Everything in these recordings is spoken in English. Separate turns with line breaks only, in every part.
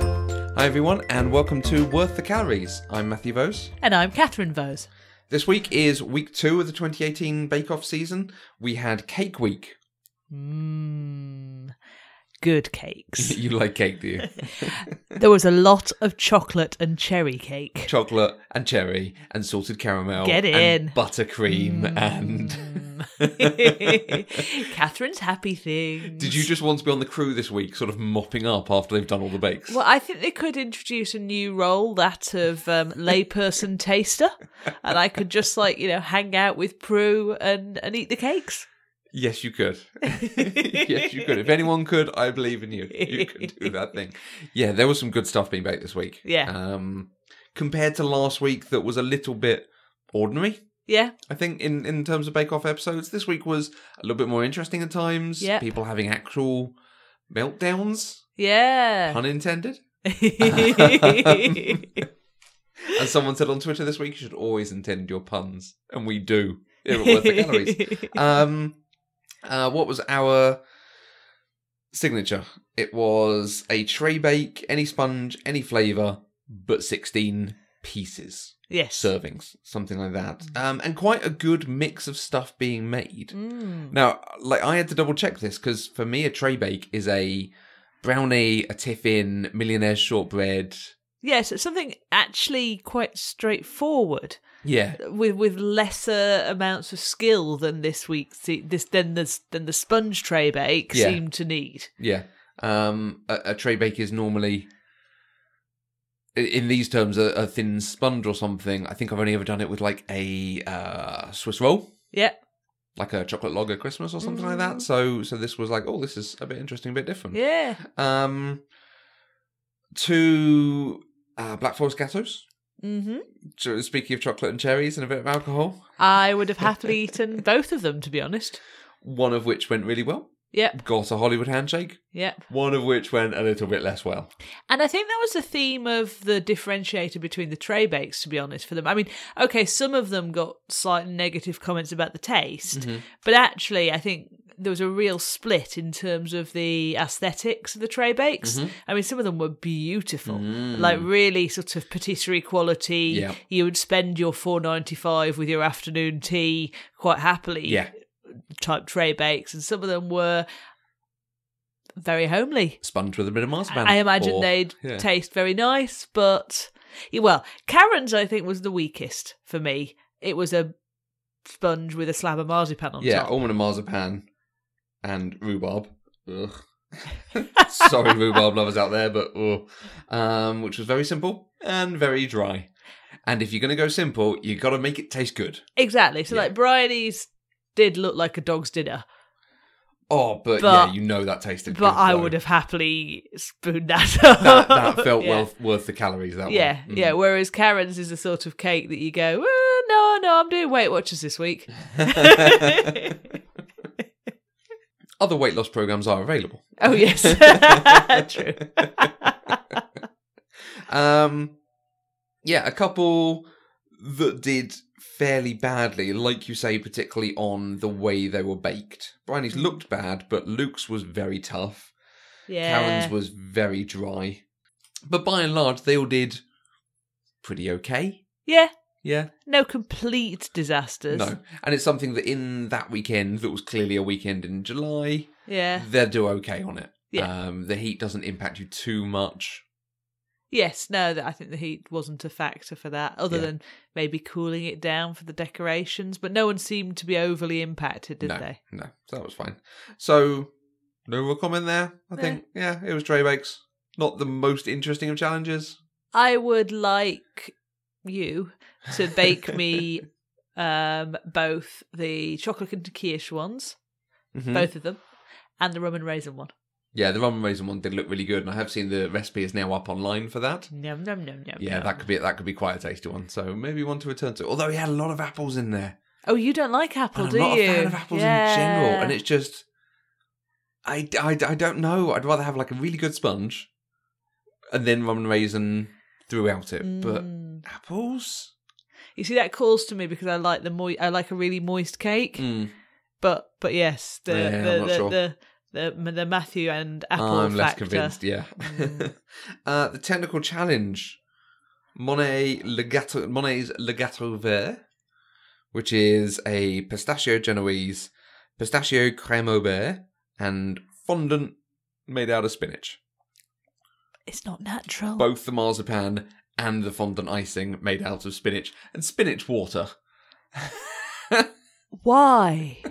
Hi, everyone, and welcome to Worth the Calories. I'm Matthew Vose.
And I'm Catherine Vose.
This week is week two of the 2018 Bake Off season. We had Cake Week.
Mmm. Good cakes.
you like cake, do you?
there was a lot of chocolate and cherry cake.
Chocolate and cherry and salted caramel.
Get
and
in. Mm.
buttercream and.
Catherine's happy thing.
Did you just want to be on the crew this week, sort of mopping up after they've done all the bakes?
Well, I think they could introduce a new role, that of um, layperson taster, and I could just like you know hang out with Prue and and eat the cakes.
Yes, you could. yes, you could. If anyone could, I believe in you. You could do that thing. Yeah, there was some good stuff being baked this week.
Yeah.
Um, compared to last week, that was a little bit ordinary.
Yeah,
I think in in terms of Bake Off episodes, this week was a little bit more interesting at times.
Yep.
People having actual meltdowns,
yeah.
pun intended. As someone said on Twitter this week, you should always intend your puns, and we do. Here at Worth the Galleries. um, uh, what was our signature? It was a tray bake, any sponge, any flavour, but 16 pieces,
yes.
servings, something like that. Um, and quite a good mix of stuff being made.
Mm.
Now, like I had to double check this because for me, a tray bake is a brownie, a tiffin, millionaire shortbread.
Yes, it's something actually quite straightforward
Yeah,
with with lesser amounts of skill than this week's this than the than the sponge tray bake
Yeah.
seemed to need.
Yeah. Um, a, a tray bake is normally, i- in these terms, a, a thin sponge or something. I think I've only ever done it with like a uh, Swiss roll,
Yeah,
like a chocolate log at Christmas or something like that. So, so this was like, oh, this is a bit interesting, a bit different.
yeah,
Um, two uh, Black Forest Gatos.
hmm
So Speaking of chocolate and cherries and a bit of alcohol,
I would have happily eaten both of them, to be honest.
one of which went really well,
Yep,
got a Hollywood handshake.
yep.
One of which went a little bit less well.
And I think that was the theme of the differentiator between the tray bakes, to be honest, for them. I mean, okay, some of them got slight negative comments about the taste,
Mm-hmm.
but actually, I think there was a real split in terms of the aesthetics of the tray bakes.
Mm-hmm.
I mean, some of them were beautiful, like really sort of patisserie quality.
Mm. Yeah.
You would spend your four ninety five with your afternoon tea quite happily.
Yeah.
Type tray bakes, and some of them were very homely.
Sponge with a bit of marzipan.
I imagine
or-
they'd
yeah.
taste very nice, but yeah, well, Karen's I think was the weakest for me. It was a sponge with a slab of marzipan on
Yeah,
top.
almond and marzipan and rhubarb. Ugh. Sorry, rhubarb lovers out there, but ugh. Um, which was very simple and very dry. And if you're going to go simple, you got to make it taste good.
Exactly. So
Yeah.
like Bryony's did look like a dog's dinner,
Oh, but,
But-
yeah, you know that tasted
but
good.
I
though.
would have happily spooned that up.
That, that felt
yeah.
well worth the calories, that
Yeah,
one. Mm.
yeah. Whereas Karen's is the sort of cake that you go, "Uh, no, no, I'm doing Weight Watchers this week. Oh,
Mm. Other weight loss programs are available.
oh yes, true.
Um, yeah, a couple that did fairly badly, like you say, particularly on the way they were baked. Bryony's looked bad, but Luke's was very tough.
Yeah,
Karen's was very dry. But by and large, they all did pretty okay.
yeah.
Yeah.
No complete disasters.
No. And it's something that in that weekend, that was clearly a weekend in July,
Yeah.
they'll do okay on it.
Yeah.
Um, the heat doesn't impact you too much.
Yes, no, th- I think the heat wasn't a factor for that, other
Yeah.
than maybe cooling it down for the decorations. But no one seemed to be overly impacted, did
no,
they?
No, so that was fine. So, no real comment there. I
No.
think, yeah, it was Dre Bakes. Not the most interesting of challenges.
I would like you to bake me um, both the chocolate and quiche ones,
Mhm.
both of them, and the rum and raisin one.
Yeah, the ramen raisin one did look really good, and I have seen the recipe is now up online for that.
Nom nom nom nom.
Yeah,
nom.
that could be that could be quite a tasty one. So maybe one to return to. Although he had a lot of apples in there,
Oh, you don't like apple,
and
do
I'm not
you?
a fan of apples in general, and it's just. I, I, I don't know. I'd rather have like a really good sponge and then ramen raisin throughout it. But
Mm.
apples?
you see, that calls to me because I like the mo- I like a really moist cake.
Mm.
but but yes, the
Yeah, I'm
the
not
the,
sure.
the the the Matthew and Apple
I'm
factor. Mm.
less convinced, yeah. uh, the technical challenge Monet Legato, Monet's Legato Vert, which is a pistachio Genoese, pistachio creme au beurre, and fondant made out of spinach.
It's not natural.
Both the marzipan and the fondant icing made out of spinach and spinach water.
Why?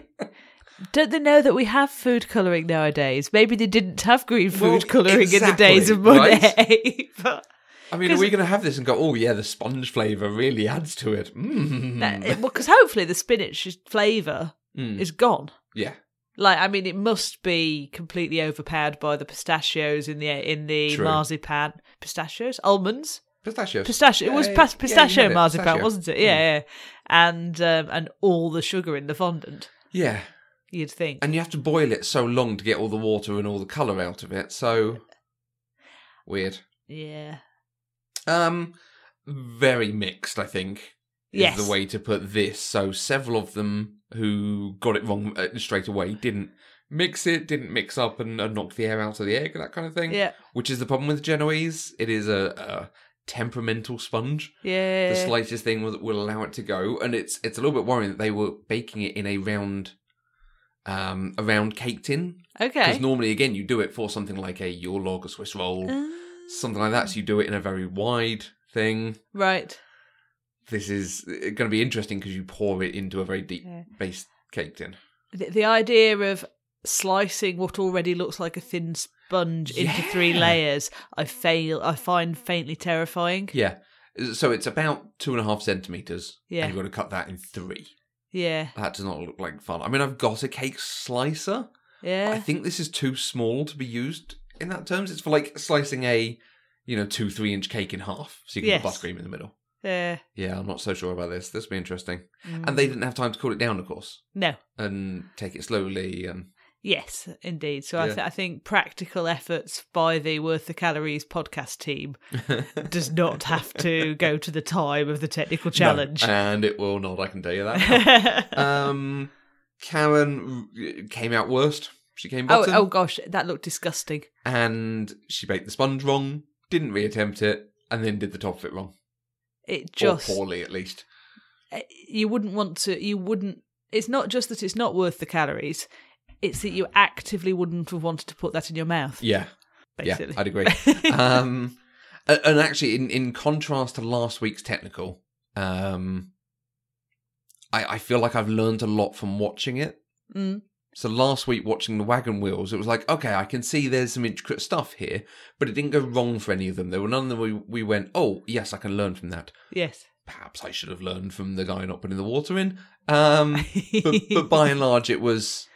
Don't they know that we have food colouring nowadays? Maybe they didn't have green food
Well,
colouring in the
exactly,
days of
right?
Monet. but
I mean, are
'Cause-
we going to have this and go, oh, yeah, the sponge flavour really adds to it? Mm.
because hopefully the spinach flavour
Mm.
is gone.
Yeah.
Like I mean, it must be completely overpowered by the pistachios in the in the
True.
marzipan. Pistachios, almonds,
Pistachios.
pistachio. It was
Yeah,
pas-
yeah, you
pistachio
had it,
marzipan,
pistachio. Mm.
wasn't it? Yeah, yeah. and um, and all the sugar in the fondant.
Yeah.
You'd think.
And you have to boil it so long to get all the water and all the colour out of it. So weird.
yeah.
Um, very mixed. I think is
Yes.
the way to put this. So several of them who got it wrong uh, straight away didn't mix it, didn't mix up, and, and knocked the air out of the egg, that kind of thing.
Yeah.
Which is the problem with Genoese. It is a, a temperamental sponge.
Yeah.
The slightest thing will, will allow it to go, and it's it's a little bit worrying that they were baking it in a round, um, a round cake tin because
okay. Oh.
normally, again, you do it for something like a Yule log, a Swiss roll,
Uh,
something like that. So you do it in a very wide thing.
right.
This is going to be interesting because you pour it into a very deep
Yeah.
base cake tin.
The, the idea of slicing what already looks like a thin sponge into three
Yeah.
layers, I fail. I find faintly terrifying.
Yeah. So it's about two and a half centimeters.
Yeah.
And you've got to cut that in three.
Yeah.
That does not look like fun. I mean, I've got a cake slicer.
Yeah.
I think this is too small to be used in that terms. It's for like slicing a, you know, two, three inch cake in half. So you can put
Yes.
buttercream in the middle.
yeah.
Yeah, I'm not so sure about this. This will be interesting.
Mm.
And they didn't have time to cool it down, of course,
no.
and take it slowly. And
Yes, indeed. So I,
Yeah.
th- I think practical efforts by the Worth the Calories podcast team does not have to go to the time of the technical challenge.
No, and it will not. I can tell you that. um, Karen uh, came out worst. She came
oh,
bottom,
oh gosh, that looked disgusting.
and she baked the sponge wrong. Didn't reattempt it, and then did the top of it wrong,
It just eh,
or poorly at least.
you wouldn't want to you wouldn't it's not just that it's not worth the calories it's that you actively wouldn't have wanted to put that in your mouth
Yeah,
basically
yeah, I'd agree. um, a- and actually, in in contrast to last week's technical, um, I I feel like I've learned a lot from watching it.
Mm.
So last week watching the wagon wheels, it was like, okay, I can see there's some intricate stuff here, but it didn't go wrong for any of them. There were none of them we, we went, oh yes, I can learn from that.
yes
Perhaps I should have learned from the guy not putting the water in. Um, but, but by and large, it was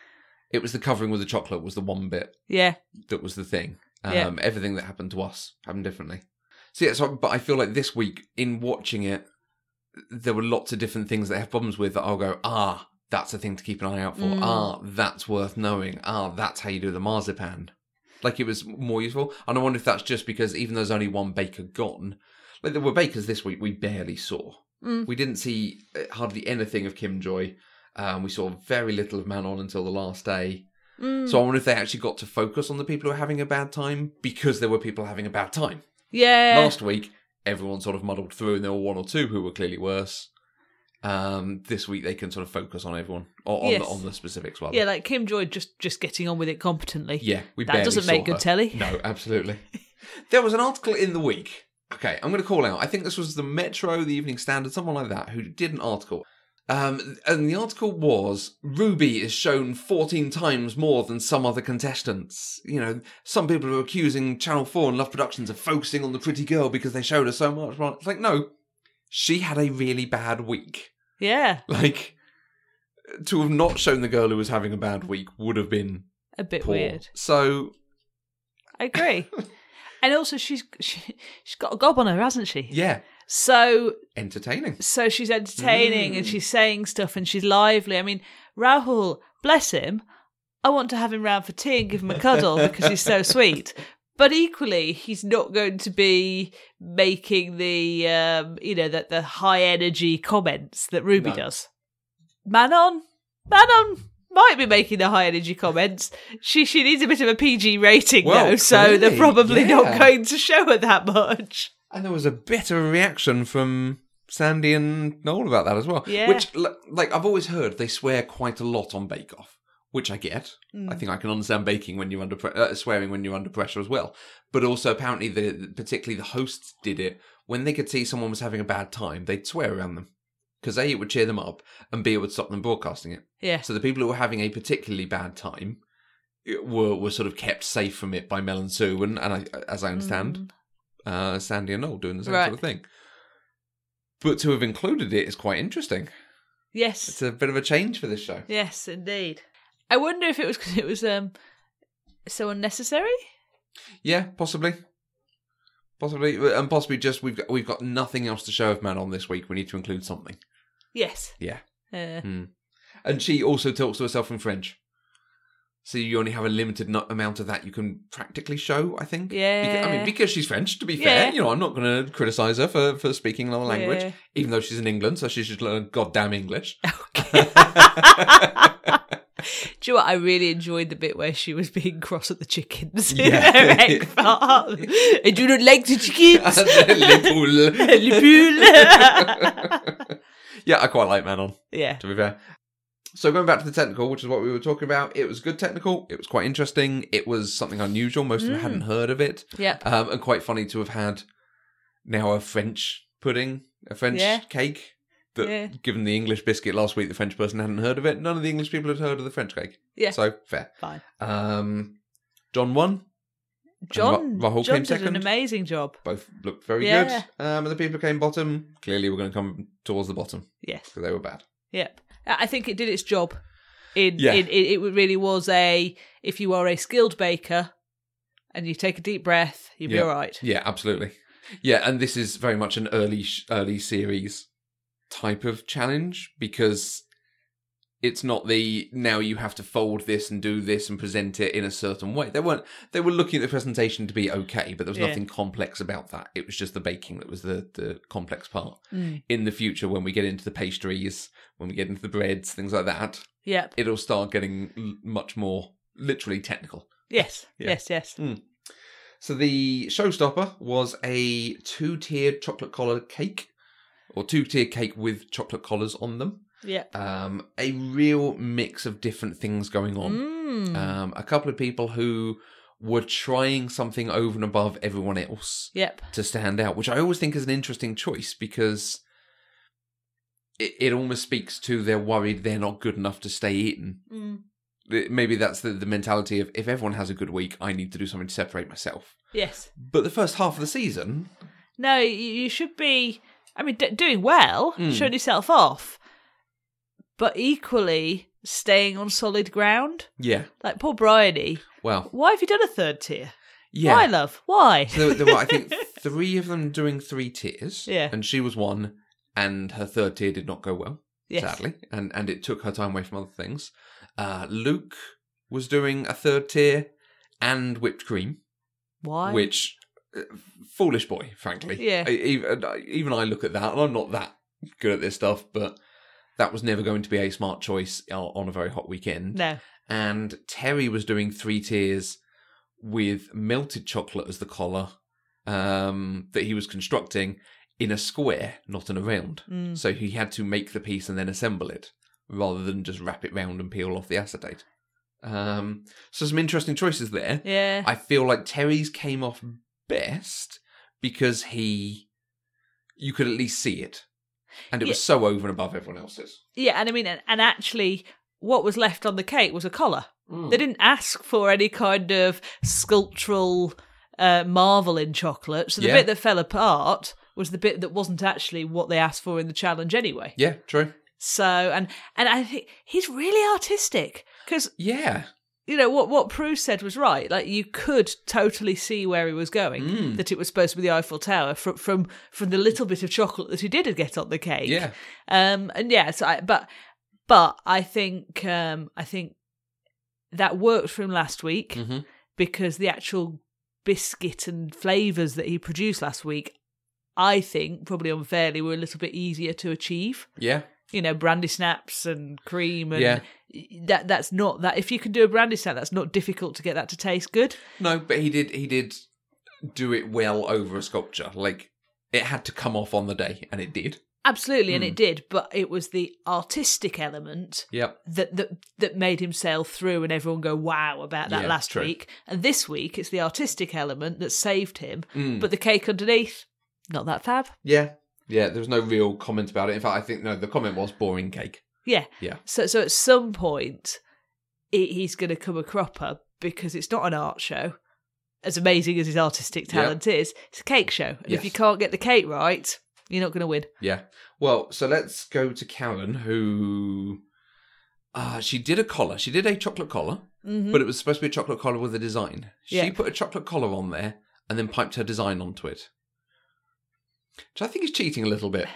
it was the covering with the chocolate was the one bit
yeah
that was the thing. Um,
Yeah.
Everything that happened to us happened differently. So yeah, so but I feel like this week in watching it, there were lots of different things that I have problems with that I'll go ah. That's a thing to keep an eye out for.
Mm.
Ah, that's worth knowing. Ah, that's how you do the marzipan. Like it was more useful. And I wonder if that's just because even though there's only one baker gone, like there were bakers this week we barely saw.
Mm.
We didn't see uh, hardly anything of Kim Joy. Um, we saw very little of Manon until the last day.
Mm.
So I wonder if they actually got to focus on the people who are having a bad time because there were people having a bad time.
yeah
Last week, everyone sort of muddled through and there were one or two who were clearly worse. Um, this week they can sort of focus on everyone or on,
Yes.
the, on the specifics rather.
yeah like kim joy just just getting on with it competently
Yeah, we
that
barely
doesn't
saw
make good
her.
telly
No, absolutely. there was an article in the week. Okay, I'm going to call out. I think this was the Metro, the Evening Standard, someone like that, who did an article. Um, and the article was Ruby is shown 14 times more than some other contestants. You know, some people are accusing Channel 4 and Love Productions of focusing on the pretty girl because they showed her so much. Well, It's like, no, she had a really bad week.
yeah
Like, to have not shown the girl who was having a bad week would have been
a bit
poor.
weird
So,
i agree and also she's she, she's got a gob on her hasn't she
yeah,
so
entertaining.
so she's entertaining and
Mm.
she's saying stuff and she's lively. I mean, Rahul, bless him, I want to have him round for tea and give him a cuddle because he's so sweet. But equally, he's not going to be making the um, you know that the high energy comments that Ruby
No.
does. Man on, man on, might be making the high energy comments. She she needs a bit of a PG rating
Well,
though, so they're
clearly,
probably
yeah.
not going to show her that much.
And there was a bitter reaction from Sandy and Noel about that as well.
Yeah.
Which, li- like, I've always heard they swear quite a lot on Bake Off, which I get. I think I can understand baking when you're under pre- uh, swearing when you're under pressure as well. But also, apparently, the particularly the hosts did it when they could see someone was having a bad time. They'd swear around them because a it would cheer them up, and b it would stop them broadcasting it.
Yeah.
So the people who were having a particularly bad time it, were were sort of kept safe from it by Mel and Sue, and, and I, as I understand, uh, Sandy and Noel doing the same
Right.
sort of thing. But to have included it is quite interesting.
Yes.
It's a bit of a change for this show.
Yes, indeed. I wonder if it was because it was um so unnecessary.
Yeah, possibly, possibly, uh, and possibly just we've got, we've got nothing else to show of Mel on this week. We need to include something.
Yes.
Yeah,
Uh,
and she also talks to herself in French. So you only have a limited no- amount of that you can practically show, I think. Beca- I mean,
Yeah.
because she's French, to be
Yeah.
fair, you know, I'm not going to criticise her for, for speaking another language,
Yeah.
even though she's in England, so she should learn goddamn English.
do you know what? I really enjoyed the bit where she was being cross at the chickens.
Yeah.
Yeah. Their egg farm. I do not like the chickens.
Les poules.
Les poules.
yeah, I quite like Manon,
yeah.
to be fair. So going back to the technical, which is what we were talking about, it was good technical. It was quite interesting. It was something unusual. Most of them hadn't heard of it,
Mm. Yep.
um, and quite funny to have had now a French pudding, a French
Yeah.
cake. That,
Yeah.
given the English biscuit last week, the French person hadn't heard of it. None of the English people had heard of the French cake.
Yeah.
So fair.
Fine.
Um, John won.
John,
Ra- Rahul
John
came
did
second.
an amazing job.
Both looked very
Yeah.
good. Um, and the people who came bottom clearly were going to come towards the bottom
Yes.
because they were bad.
Yep. I I think it did its job. In,
Yeah.
in, it, it really was a if you are a skilled baker and you take a deep breath, you'll
Yeah.
be all right.
Yeah, absolutely. Yeah, and this is very much an early sh- early series type of challenge because it's not the now you have to fold this and do this and present it in a certain way. They weren't they were looking at the presentation to be okay, but there was
Yeah.
nothing complex about that. It was just the baking that was the the complex part.
Mm.
In the future when we get into the pastries, when we get into the breads, things like that,
Yep.
it'll start getting l- much more literally technical.
Yes.
Yeah.
Yes. Yes.
So the showstopper was a two-tiered chocolate collar cake, or two-tier cake with chocolate collars on them.
Yep.
Um, a real mix of different things going on.
Mm.
Um, a couple of people who were trying something over and above everyone else
yep.
to stand out, which I always think is an interesting choice because it, it almost speaks to they're worried they're not good enough to stay eaten.
Mm.
Maybe that's the, the mentality of if everyone has a good week, I need to do something to separate myself.
Yes.
But the first half of the season,
No, you, you should be. I mean, d- doing well,
Mm.
showing yourself off, but equally staying on solid ground.
yeah,
Like poor Bryony,
well,
why have you done a third tier?
yeah.
Why, love? Why?
there, there were, I think, three of them doing three tiers.
Yeah.
and she was one, and her third tier did not go well,
yes.
sadly, and and it took her time away from other things. Uh, Luke was doing a third tier and whipped cream,
Why?
which uh, foolish boy, frankly.
Yeah.
I, even, I- even I look at that, and I'm not that good at this stuff, but that was never going to be a smart choice on- on a very hot weekend.
No.
and Terry was doing three tiers with melted chocolate as the collar um, that he was constructing in a square, not in a round.
Mm.
So he had to make the piece and then assemble it rather than just wrap it round and peel off the acetate. Um, so some interesting choices there.
Yeah.
I feel like Terry's came off best because he, you could at least see it. And it was so over and above everyone else's.
Yeah, and I mean, and, and actually, what was left on the cake was a collar.
Hmm.
They didn't ask for any kind of sculptural uh, marvel in chocolate. So the
Yeah.
bit that fell apart was the bit that wasn't actually what they asked for in the challenge anyway.
Yeah, true.
So, and and I think he's really artistic because
Yeah.
you know what what Prue said was right. Like you could totally see where he was going.
Hmm. Mm.
That it was supposed to be the Eiffel Tower from from from the little bit of chocolate that he did get on the cake.
Yeah.
Um, and yeah, so I, but but I think um, I think that worked for him last week
Mhm.
because the actual biscuit and flavors that he produced last week, I think probably unfairly were a little bit easier to achieve
Yeah.
you know, brandy snaps and cream and
Yeah.
that that's not that if you can do a brandy snap, that's not difficult to get that to taste good.
No, but he did. He did do it well over a sculpture. Like it had to come off on the day, and it did.
Absolutely, and
Mm.
it did, but it was the artistic element
Yep.
that that that made him sail through and everyone go wow about that
Yeah,
last
true.
week. And this week it's the artistic element that saved him.
Mm.
But the cake underneath, not that fab.
yeah. Yeah. There was no real comment about it. In fact, I think no. The comment was boring cake.
Yeah.
Yeah.
So so at some point, he he's going to come a cropper because it's not an art show. As amazing as his artistic
Yeah.
talent is, it's a cake show, and
Yes.
if you can't get the cake right, you're not going to win.
Yeah. Well, so let's go to Karen, who. Uh, she did a collar. She did a chocolate collar,
Mhm.
but it was supposed to be a chocolate collar with a design. She
Yeah.
put a chocolate collar on there and then piped her design onto it. Which I think is cheating a little bit.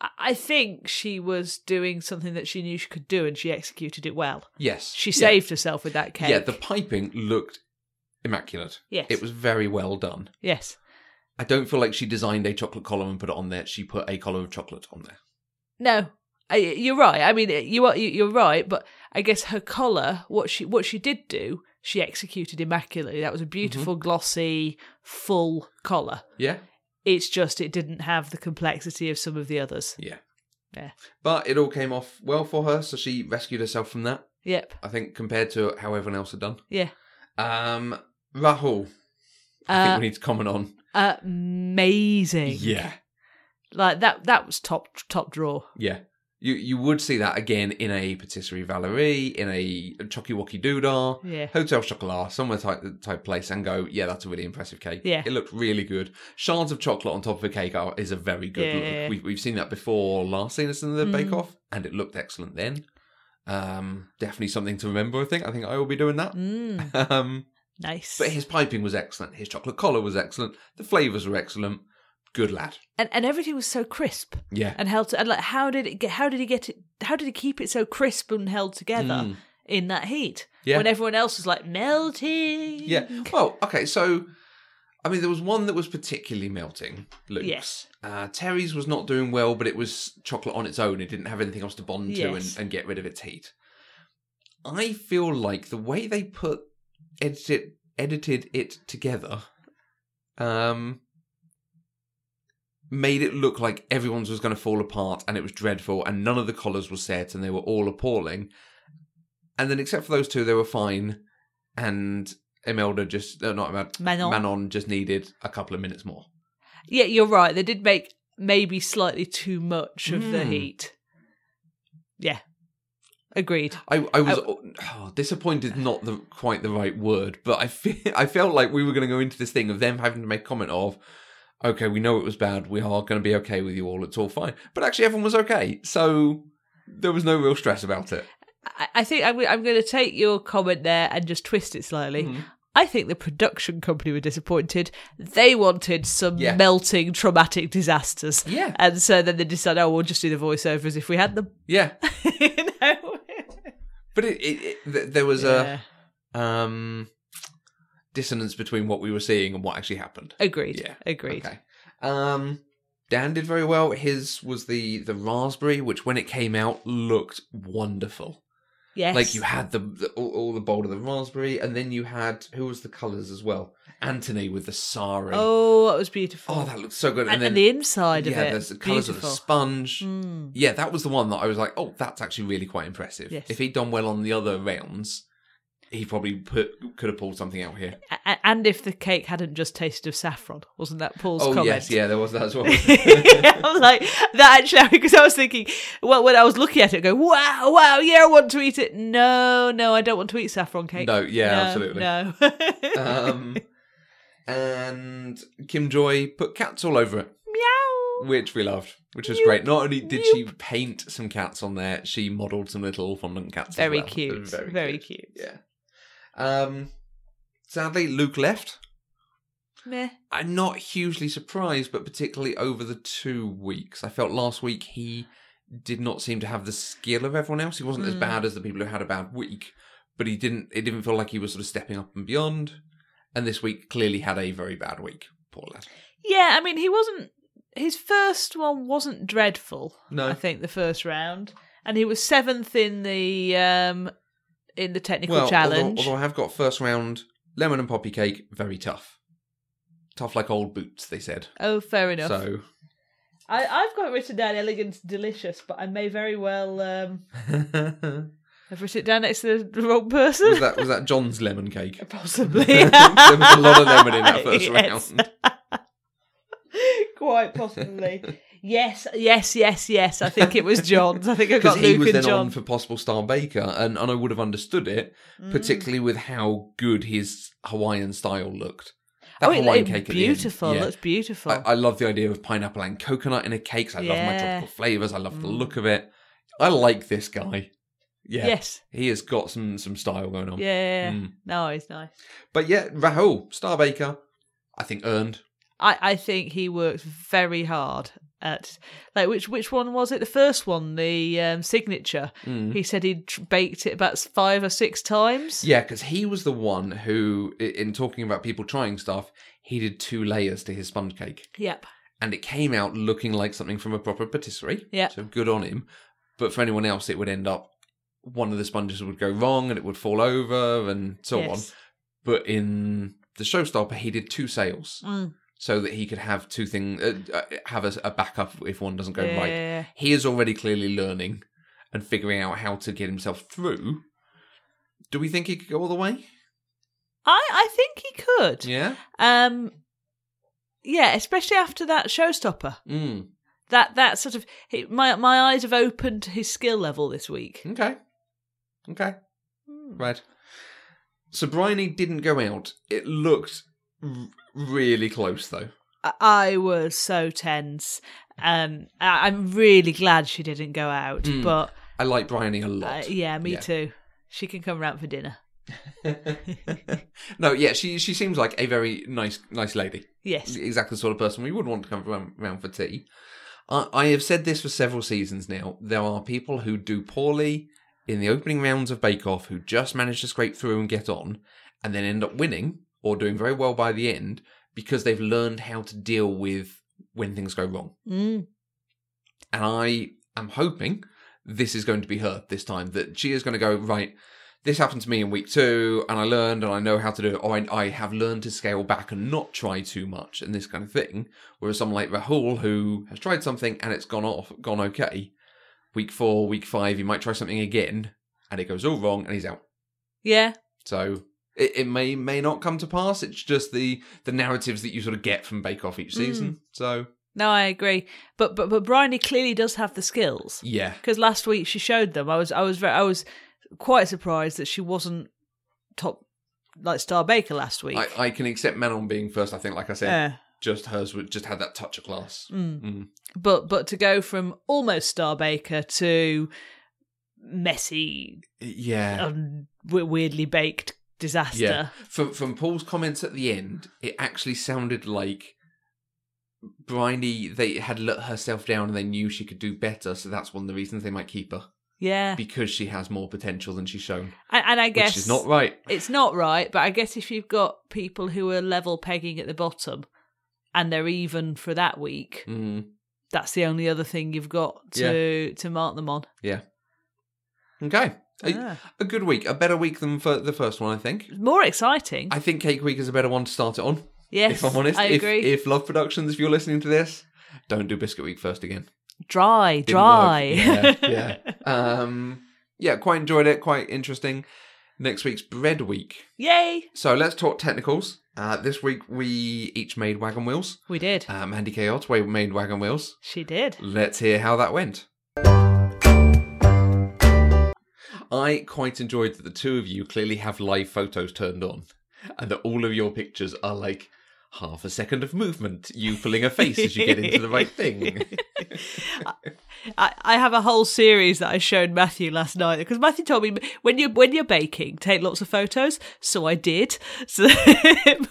I- I think she was doing something that she knew she could do, and she executed it well.
Yes.
She
Yeah.
saved herself with that cake.
Yeah, the piping looked immaculate.
yes,
It was very well done.
yes.
I don't feel like she designed a chocolate column and put it on there. She put a column of chocolate on there.
No, I, you're right. I mean, you are you- you're right, but I guess her collar, what she what she did do, she executed immaculately. That was a beautiful,
Mm-hmm.
glossy, full collar.
Yeah?
It's just it didn't have the complexity of some of the others.
Yeah.
Yeah.
But it all came off well for her, so she rescued herself from that,
Yep.
I think, compared to how everyone else had done.
Yeah.
Um, Rahul, I
Uh,
think we need to comment on.
amazing.
Yeah.
Like that. That was top top draw.
Yeah. You you would see that again in a patisserie Valerie, in a chocky wocky doodah.
Yeah.
Hotel Chocolat, somewhere type type place, and go, yeah, that's a really impressive cake.
Yeah.
it looked really good. Shards of chocolate on top of a cake are, is a very good
Yeah,
look.
yeah, yeah.
We, we've seen that before last seen us in the
Mm.
Bake Off, and it looked excellent then. Um, definitely something to remember. I think. I think I will be doing that.
Mm,
Um,
nice.
but his piping was excellent. His chocolate collar was excellent. The flavors were excellent. Good lad.
and and everything was so crisp
Yeah.
and held. To, and like, how did it get? How did he get it? How did he keep it so crisp and held together?
Mm.
in that heat
Yeah.
when everyone else was like melting.
Yeah. Well, okay. So, I mean, there was one that was particularly melting. Luke's.
Yes.
Uh, Terry's was not doing well, but it was chocolate on its own. It didn't have anything else to bond to and,
Yes.
and get rid of its heat. I feel like the way they put edited edited it together, um, made it look like everyone's was going to fall apart, and it was dreadful, and none of the collars were set, and they were all appalling. And then, except for those two, they were fine, and Imelda just uh, not Imelda,
Manon.
Manon just needed a couple of minutes more.
Yeah, you're right. They did make maybe slightly too much of the
Mm.
heat. Yeah. Agreed.
I, I was oh, disappointed, not the quite the right word, but I fe- I felt like we were going to go into this thing of them having to make comment of, okay, we know it was bad, we are going to be okay with you all, it's all fine. But actually, everyone was okay, so there was no real stress about it.
I, I think I'm, I'm going to take your comment there and just twist it slightly.
Hmm.
I think the production company were disappointed. They wanted some
Yeah.
melting traumatic disasters.
Yeah.
And so then they decided, oh, we'll just do the voiceovers if we had them.
Yeah,
you know?
but it, it, it th- there was uh,
Yeah.
a um dissonance between what we were seeing and what actually happened.
Agreed.
Yeah.
Agreed.
Okay. Um, Dan did very well. His was the the raspberry, which when it came out looked wonderful.
Yes.
Like you had the, the all, all the bowl of the raspberry, and then you had who was the colours as well? Anthony with the sari.
Oh, that was beautiful.
Oh, that looked so good.
and,
And,
and
then
the inside
yeah,
of it.
there's the colours of the
beautiful.
sponge.
Mm.
Yeah, that was the one that I was like, oh, that's actually really quite impressive.
Yes.
If he'd done well on the other rounds, he probably put could have pulled something out here.
A- a- and if the cake hadn't just tasted of saffron, wasn't that Paul's
oh
comment?
yes, yeah, there was that as well.
I was like that actually because I was thinking, well, when I was looking at it, go, wow, wow, yeah, I want to eat it. No, no, I don't want to eat saffron cake.
no, yeah,
No,
absolutely.
No.
um, and Kim Joy put cats all over it.
Meow.
which we loved, which was
Yep.
great. Not only did she paint some cats on there, she modelled some little fondant cats. as
Very
well.
cute. Very, cute.
Yeah. Um, sadly, Luke left.
Meh.
I'm not hugely surprised, but particularly over the two weeks, I felt last week he did not seem to have the skill of everyone else. He wasn't as
Mm.
bad as the people who had a bad week, but he didn't. It didn't feel like he was sort of stepping up and beyond. And this week clearly had a very bad week. Poor lad.
Yeah, I mean, he wasn't his first one wasn't dreadful.
No.
I think the first round, and he was seventh in the um in the technical
well,
challenge.
Although, although I have got first round lemon and poppy cake, very tough, tough like old boots. They said
oh, fair enough.
so.
I, I've got written down elegant, delicious, but I may very well um,
was
have written it down next to the wrong person.
that was that John's lemon cake?
Possibly.
there was a lot of lemon in that first
Yes.
round.
Quite possibly. yes, yes, yes, yes. I think it was John's. I think I
Because
got
he
Luke
was
and
then
John.
on for possible Star Baker, and, and I would have understood it,
Mm.
particularly with how good his Hawaiian style looked. That
oh, it,
Hawaiian
it-
cake at the end,
beautiful.
yeah.
Looks beautiful.
I, I love the idea of pineapple and coconut in a cake. I love my
Yeah.
tropical flavors. I love the
Mm.
look of it. I like this guy. Yeah,
Yes.
he has got some some style going on.
Yeah.
Mm.
No, it's nice.
But yeah, Rahul Star Baker, I think earned.
I, I think he worked very hard at like which which one was it? The first one, the um, signature.
Mm.
He said he tr- baked it about five or six times.
Yeah, because he was the one who, i- in talking about people trying stuff, he did two layers to his sponge cake,
Yep.
and it came out looking like something from a proper patisserie.
Yeah.
So good on him. But for anyone else, it would end up one of the sponges would go wrong and it would fall over and so on.
yes.
But in the showstopper, he did two sales
Mm.
so that he could have two things, uh, uh, have a, a backup if one doesn't go right
Yeah.
he is already clearly learning and figuring out how to get himself through. Do we think he could go all the way?
I I think he could.
Yeah.
Um, yeah, especially after that showstopper.
Mm.
That that sort of he, my my eyes have opened to his skill level this week.
Okay. Okay. Right. So Bryony didn't go out. It looked r- really close though.
I, I was so tense. Um, I, I'm really glad she didn't go out,
Mm.
but
I like Bryony a
uh,
lot.
yeah, me
Yeah.
too. She can come round for dinner.
no, yeah, she she seems like a very nice nice lady.
Yes.
exactly the sort of person we would want to come round, round for tea. I, I have said this for several seasons now. There are people who do poorly in the opening rounds of Bake Off who just manage to scrape through and get on, and then end up winning or doing very well by the end because they've learned how to deal with when things go wrong.
Mm.
And I am hoping this is going to be her this time, that she is going to go, right, this happened to me in week two, and I learned and I know how to do it, or I, I have learned to scale back and not try too much and this kind of thing. Whereas someone like Rahul, who has tried something and it's gone off, gone okay, week four, week five, he might try something again and it goes all wrong and he's out.
Yeah.
So. It, it may may not come to pass. It's just the the narratives that you sort of get from Bake Off each season. So
No, I agree. But but but Bryony clearly does have the skills
yeah,
because last week she showed them. I was I was very I was quite surprised that she wasn't top like Star Baker last week.
I, I can accept Manon being first. I think, like I said,
Yeah.
just hers would just had that touch of class.
Mm.
Mm.
But but to go from almost Star Baker to messy,
Yeah.
um, we- weirdly baked disaster.
Yeah. From from Paul's comments at the end, it actually sounded like Bryony they had let herself down and they knew she could do better, so that's one of the reasons they might keep her.
Yeah.
Because she has more potential than she's shown.
And, and I guess
Which is not right.
it's not right. But I guess if you've got people who are level pegging at the bottom and they're even for that week,
Mm.
that's the only other thing you've got to to mark them on.
Okay. A,
Yeah.
a good week. A better week than for the first one, I think.
More exciting.
I think Cake Week is a better one to start it on.
yes,
if I'm honest.
I
if,
agree.
if Love Productions, if you're listening to this, don't do Biscuit Week first again. Didn't
dry,
work.
dry.
Yeah, yeah. um, yeah, quite enjoyed it. Quite interesting. Next week's bread week.
Yay,
So let's talk technicals. Uh, this week we each made wagon wheels.
we did.
Uh, Mandy K. Otway made wagon wheels.
she did.
Let's hear how that went. I quite enjoyed that the two of you clearly have live photos turned on, and that all of your pictures are like half a second of movement, you pulling a face as you get into the right thing.
I, I have a whole series that I showed Matthew last night because Matthew told me when you when you're baking, take lots of photos. So I did. So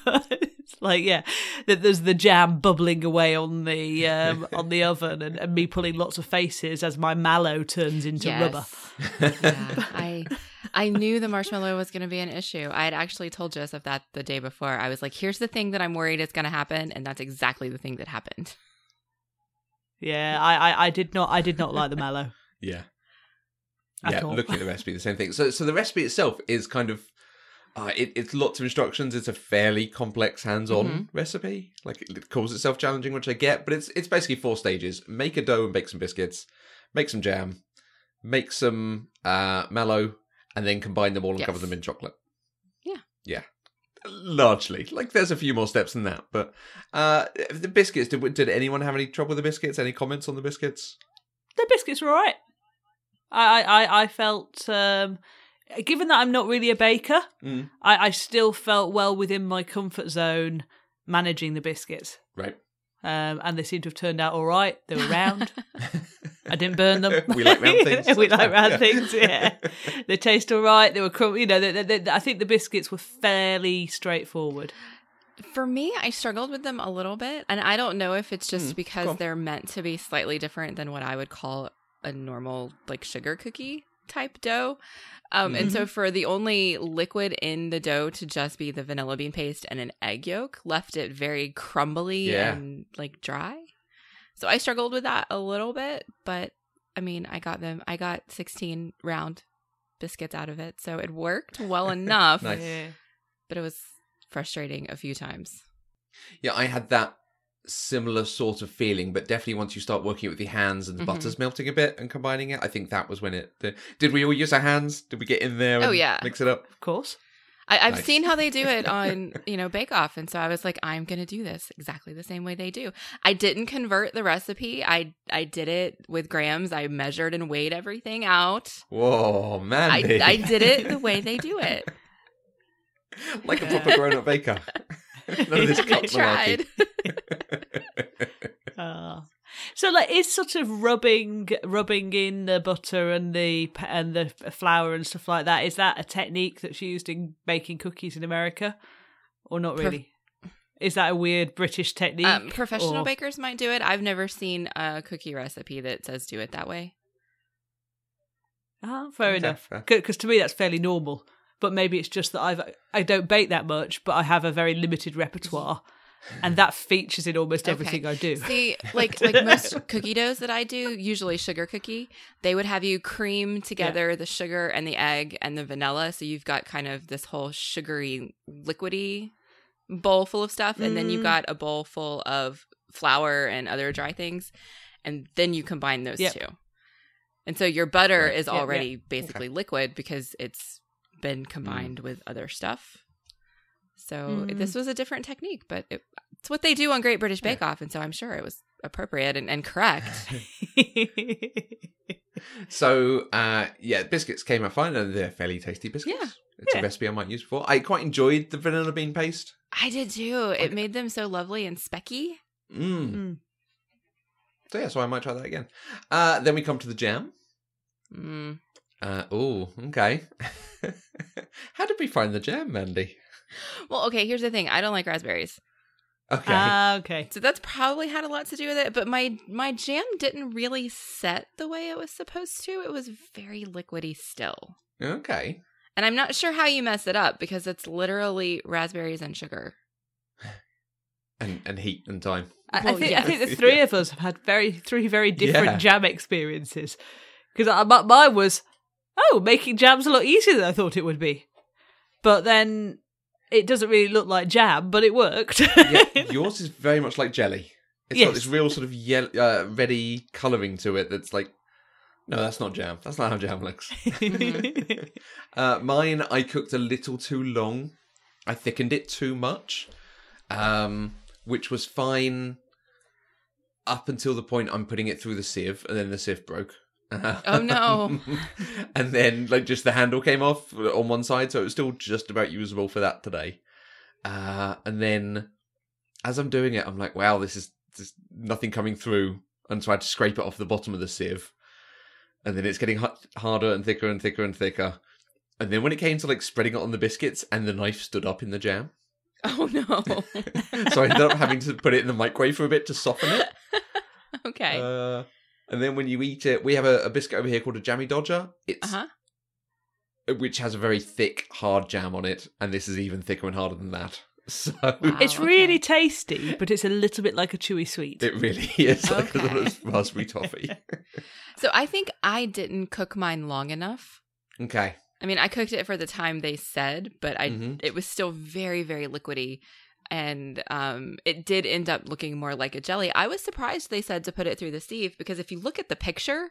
but it's like yeah, that there's the jam bubbling away on the um, on the oven and, and me pulling lots of faces as my mallow turns into rubber.
yeah, I I knew the marshmallow was going to be an issue. I had actually told Joseph that the day before. I was like, "Here's the thing that I'm worried is going to happen," and that's exactly the thing that happened.
Yeah, I, I, I did not I did not like the mallow.
Yeah.
At
yeah,
all.
looking at the recipe, the same thing. So, so the recipe itself is kind of, uh, it, it's lots of instructions. It's a fairly complex hands-on recipe. Like it, it calls itself challenging, which I get, but it's it's basically four stages: make a dough and bake some biscuits, make some jam, make some uh, mallow, and then combine them all and cover
Yes.
them in chocolate.
Yeah.
yeah. Largely, like there's a few more steps than that, but uh the biscuits. Did did anyone have any trouble with the biscuits? Any comments on the biscuits?
The biscuits were alright. I, I, I- I felt um given that I'm not really a baker,
Mm.
I, I still felt well within my comfort zone managing the biscuits.
Right,
Um, and they seem to have turned out all right. They were round. I didn't burn them.
We like round things.
we like round
Yeah.
things. Yeah, they taste all right. They were crumb. You know, they, they, they, I think the biscuits were fairly straightforward.
For me, I struggled with them a little bit, and I don't know if it's just
Hmm,
because
go on.
they're meant to be slightly different than what I would call a normal like sugar cookie type dough. Um, And
Mm-hmm.
so, for the only liquid in the dough to just be the vanilla bean paste and an egg yolk, left it very crumbly
Yeah.
and like dry. So I struggled with that a little bit, but I mean, I got them. I got sixteen round biscuits out of it, so it worked well enough.
Nice.
Yeah.
But it was frustrating a few times.
Yeah, I had that similar sort of feeling, but definitely once you start working it with your hands and the
Mhm.
butter's melting a bit and combining it, I think that was when it. The, did we all use our hands? Did we get in there?
Oh,
and
yeah.
mix it up.
Of course.
I, I've
Nice.
seen how they do it on, you know, Bake Off. And so I was like, I'm going to do this exactly the same way they do. I didn't convert the recipe. I, I did it with grams. I measured and weighed everything out.
Whoa, man!
I, I did it the way they do it.
like a proper grown-up baker. None of this
I
clock
I tried.
malarkey.
Ah. So like is sort of rubbing rubbing in the butter and the p- and the flour and stuff like that is that a technique that's used in baking cookies in America or not
Prof-
really is that a weird British technique
Um, professional
or-
bakers might do it. I've never seen a cookie recipe that says do it that way.
Ah, fair
Okay,
enough.
fair.
Because to me, that's fairly normal. But maybe it's just that I've I don't bake that much, but I have a very limited repertoire, and that features in almost
Okay.
everything I do.
See, like like most cookie doughs that I do, usually sugar cookie, they would have you cream together the sugar and the egg and the vanilla, so you've got kind of this whole sugary liquidy bowl full of stuff, and then you've
Mm.
got a bowl full of flour and other dry things, and then you combine those
Yep.
two, and so your butter
Right.
is
Yep, yep.
already basically liquid because it's been combined with other stuff. So
Mm.
this was a different technique, but it, it's what they do on Great British Bake Off, and so I'm sure it was appropriate and, and correct.
So uh, yeah, biscuits came out fine, and they're fairly tasty biscuits.
Yeah.
It's
Yeah.
a recipe I might use before. I quite enjoyed the vanilla bean paste.
I did too.
Like-
It made them so lovely and specky.
Mm.
Mm.
So yeah, so I might try that again. Uh, then we come to the jam.
Mm.
Uh, oh, okay. How did we find the jam, Mandy?
Well, okay, here's the thing. I don't like raspberries.
Okay.
Ah, okay.
So that's probably had a lot to do with it, but my my jam didn't really set the way it was supposed to. It was very liquidy still.
okay.
And I'm not sure how you mess it up because it's literally raspberries and sugar.
And and heat and time.
I, I
Well,
think I
yes.
think the three of us have had very three very different
Yeah.
jam experiences. Because my, mine was, oh, making jam's a lot easier than I thought it would be, but then it doesn't really look like jam, but it worked.
Yeah, yours is very much like jelly. It's got this
Yes.
real sort of yellow, uh, ready colouring to it. That's like, no, that's not jam. That's not how jam looks.
Mm-hmm.
Uh, mine, I cooked a little too long. I thickened it too much, um, which was fine up until the point I'm putting it through the sieve, and then the sieve broke.
Oh, no.
and then, like, just the handle came off on one side, so it was still just about usable for that today. Uh, and then, as I'm doing it, I'm like, wow, this is there's nothing coming through, and so I had to scrape it off the bottom of the sieve, and then it's getting hu- harder and thicker and thicker and thicker. And then when it came to like spreading it on the biscuits, and the knife stood up in the jam,
Oh no.
so I ended up having to put it in the microwave for a bit to soften it.
okay.
Uh, and then when you eat it, we have a, a biscuit over here called a jammy dodger. It's uh,
Uh-huh.
which has a very thick, hard jam on it, and this is even thicker and harder than that. So
It's
Oh, okay.
really tasty, but it's a little bit like a chewy sweet.
it really is like a
Okay.
little raspberry toffee.
So I think I didn't cook mine long enough.
okay.
I mean, I cooked it for the time they said, but I
Mhm.
it was still very very liquidy and um it did end up looking more like a jelly. I was surprised they said to put it through the sieve because if you look at the picture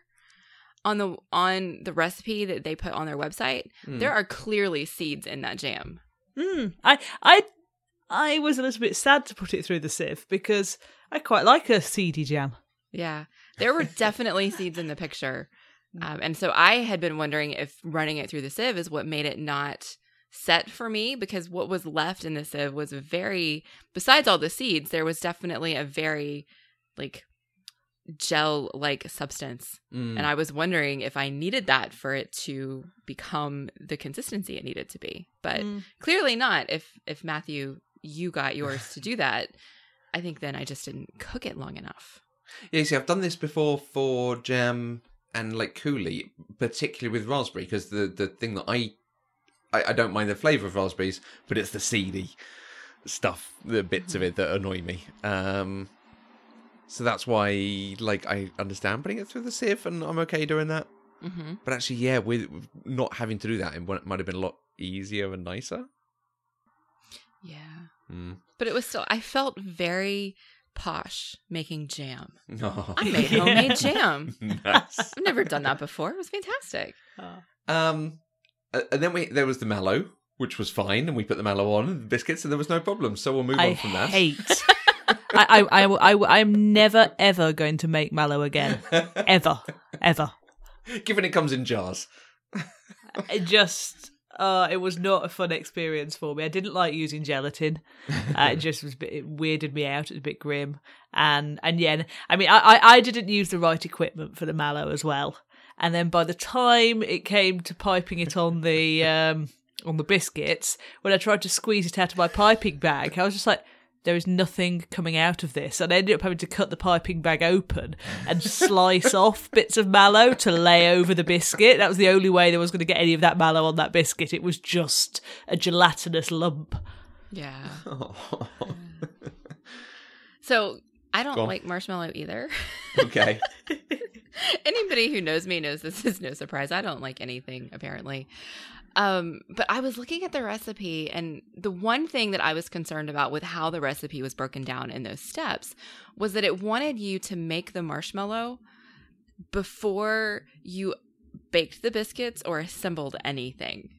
on the on the recipe that they put on their website,
Hmm.
there are clearly seeds in that jam.
Mm, I I I was a little bit sad to put it through the sieve because I quite like a seedy jam.
Yeah. There were definitely seeds in the picture. Um, and so I had been wondering if running it through the sieve is what made it not set for me because what was left in the sieve was very, besides all the seeds, there was definitely a very like gel like substance.
Mm.
And I was wondering if I needed that for it to become the consistency it needed to be. But
Mm.
clearly not if if Matthew you got yours to do that. I think then I just didn't cook it long enough.
Yeah, you see, I've done this before for jam and like coulis, particularly with raspberry, because the the thing that I, I I don't mind the flavour of raspberries, but it's the seedy stuff, the bits of it that annoy me. Um, so that's why, like, I understand putting it through the sieve, and I'm okay doing that.
Mhm.
But actually, yeah, with not having to do that, it might have been a lot easier and nicer.
Yeah.
Mm.
But it was still, I felt very posh making jam.
No,
I made
Yeah.
homemade jam.
nice.
I've never done that before. It was fantastic.
Ah.
Um, uh, and then we there was the mallow, which was fine, and we put the mallow on and the biscuits, and there was no problem. So we'll move
I
on from that.
hate. I, I, I, I, am never ever going to make mallow again. Ever. Ever.
Given it comes in jars.
It just, uh, it was not a fun experience for me. I didn't like using gelatin. Uh, it just was, a bit, it weirded me out. It was a bit grim. And, and yeah, I mean, I, I, I didn't use the right equipment for the mallow as well. And then by the time it came to piping it on the, um, on the biscuits, when I tried to squeeze it out of my piping bag, I was just like, there is nothing coming out of this. And I ended up having to cut the piping bag open and slice off bits of mallow to lay over the biscuit. That was the only way there was going to get any of that mallow on that biscuit. It was just a gelatinous lump.
Yeah.
Oh,
So I don't
Go on.
like marshmallow either.
okay.
Anybody who knows me knows this is no surprise. I don't like anything, apparently. Um, but I was looking at the recipe, and the one thing that I was concerned about with how the recipe was broken down in those steps was that it wanted you to make the marshmallow before you baked the biscuits or assembled anything.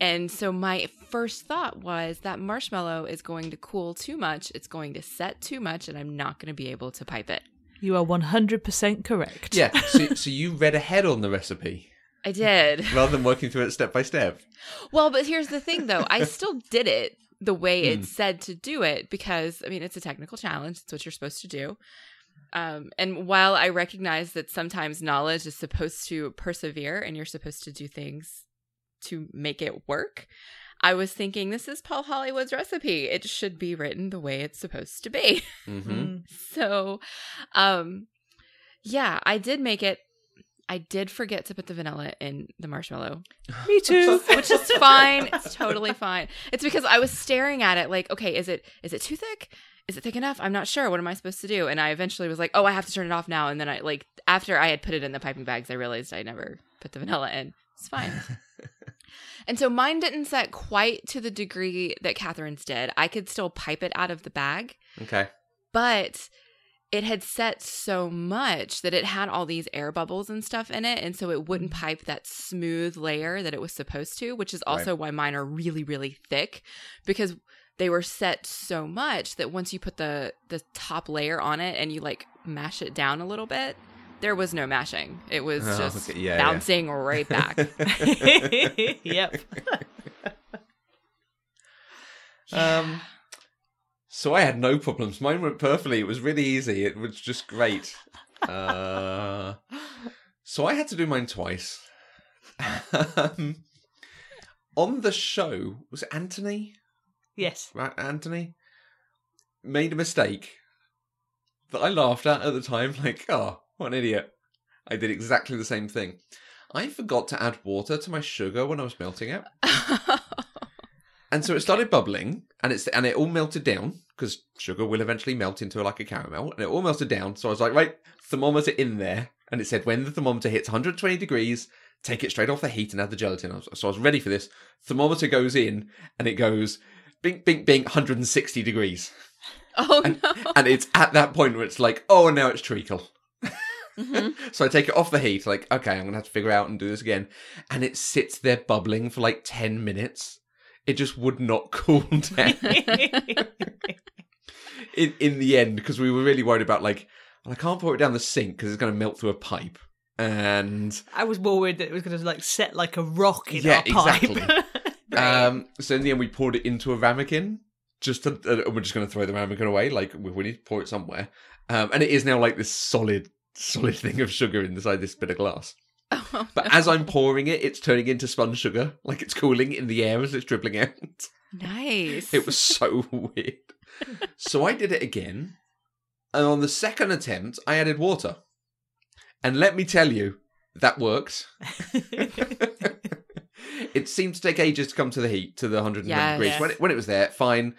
And so my first thought was that marshmallow is going to cool too much, it's going to set too much, and I'm not going to be able to pipe it.
You are 100% correct.
Yeah. So, so you read ahead on the recipe
I did.
rather than working through it step by step.
Well, but here's the thing though. I still did it the way it said to do it because I mean, it's a technical challenge. It's what you're supposed to do. Um, and while I recognize that sometimes knowledge is supposed to persevere and you're supposed to do things to make it work, I was thinking this is Paul Hollywood's recipe. It should be written the way it's supposed to be.
Mm-hmm.
Mm.
So, um, yeah, I did make it. I did forget to put the vanilla in the marshmallow,
Me too.
which is fine. It's totally fine. It's because I was staring at it like, okay, is it is it too thick? Is it thick enough? I'm not sure. What am I supposed to do? And I eventually was like, oh, I have to turn it off now. And then I like after I had put it in the piping bags, I realized I never put the vanilla in. It's fine. and so mine didn't set quite to the degree that Catherine's did. I could still pipe it out of the bag
Okay.
but it had set so much that it had all these air bubbles and stuff in it and so it wouldn't
Mm-hmm.
pipe that smooth layer that it was supposed to which is also why mine are really really thick because they were set so much that once you put the the top layer on it and you like mash it down a little bit there was no mashing it was
Oh,
just
okay. Yeah, yeah.
bouncing right back
yep.
Um. So I had no problems. Mine went perfectly. It was really easy. It was just great. Uh, so I had to do mine twice. um, on the show, was it Anthony?
Yes.
Right, Anthony made a mistake that I laughed at at the time. Like, oh, what an idiot! I did exactly the same thing. I forgot to add water to my sugar when I was melting it. And so it started bubbling, and it's and it all melted down because sugar will eventually melt into like a caramel, and it all melted down. So I was like, right, thermometer in there, and it said when the thermometer hits 120 degrees, take it straight off the heat and add the gelatin. I was- So I was ready for this. Thermometer goes in, and it goes bink, bink, bink, 160 degrees,
Oh
and,
no.
and it's at that point where it's like, oh, now it's treacle.
Mhm.
So I take it off the heat, like, okay, I'm gonna have to figure out and do this again. And it sits there bubbling for like 10 minutes. It just would not cool down in, in the end because we were really worried about, like, well, I can't pour it down the sink because it's gonna melt through a pipe. And
I was more worried that it was going to like set like a rock in
Yeah,
our pipe.
exactly.
Right.
um, so in the end, we poured it into a ramekin. Just to, uh, we're just gonna throw the ramekin away. Like, we, we need to pour it somewhere. Um, and it is now like this solid, solid thing of sugar inside this bit of glass.
Oh,
But as I'm pouring it, it's turning into spun sugar. Like it's cooling in the air as it's dribbling out.
nice.
It was so weird. So I did it again. And on the second attempt, I added water. And let me tell you, that worked. it seemed to take ages to come to the heat, to the 110
Yes.
degrees. When it, when it was there, fine.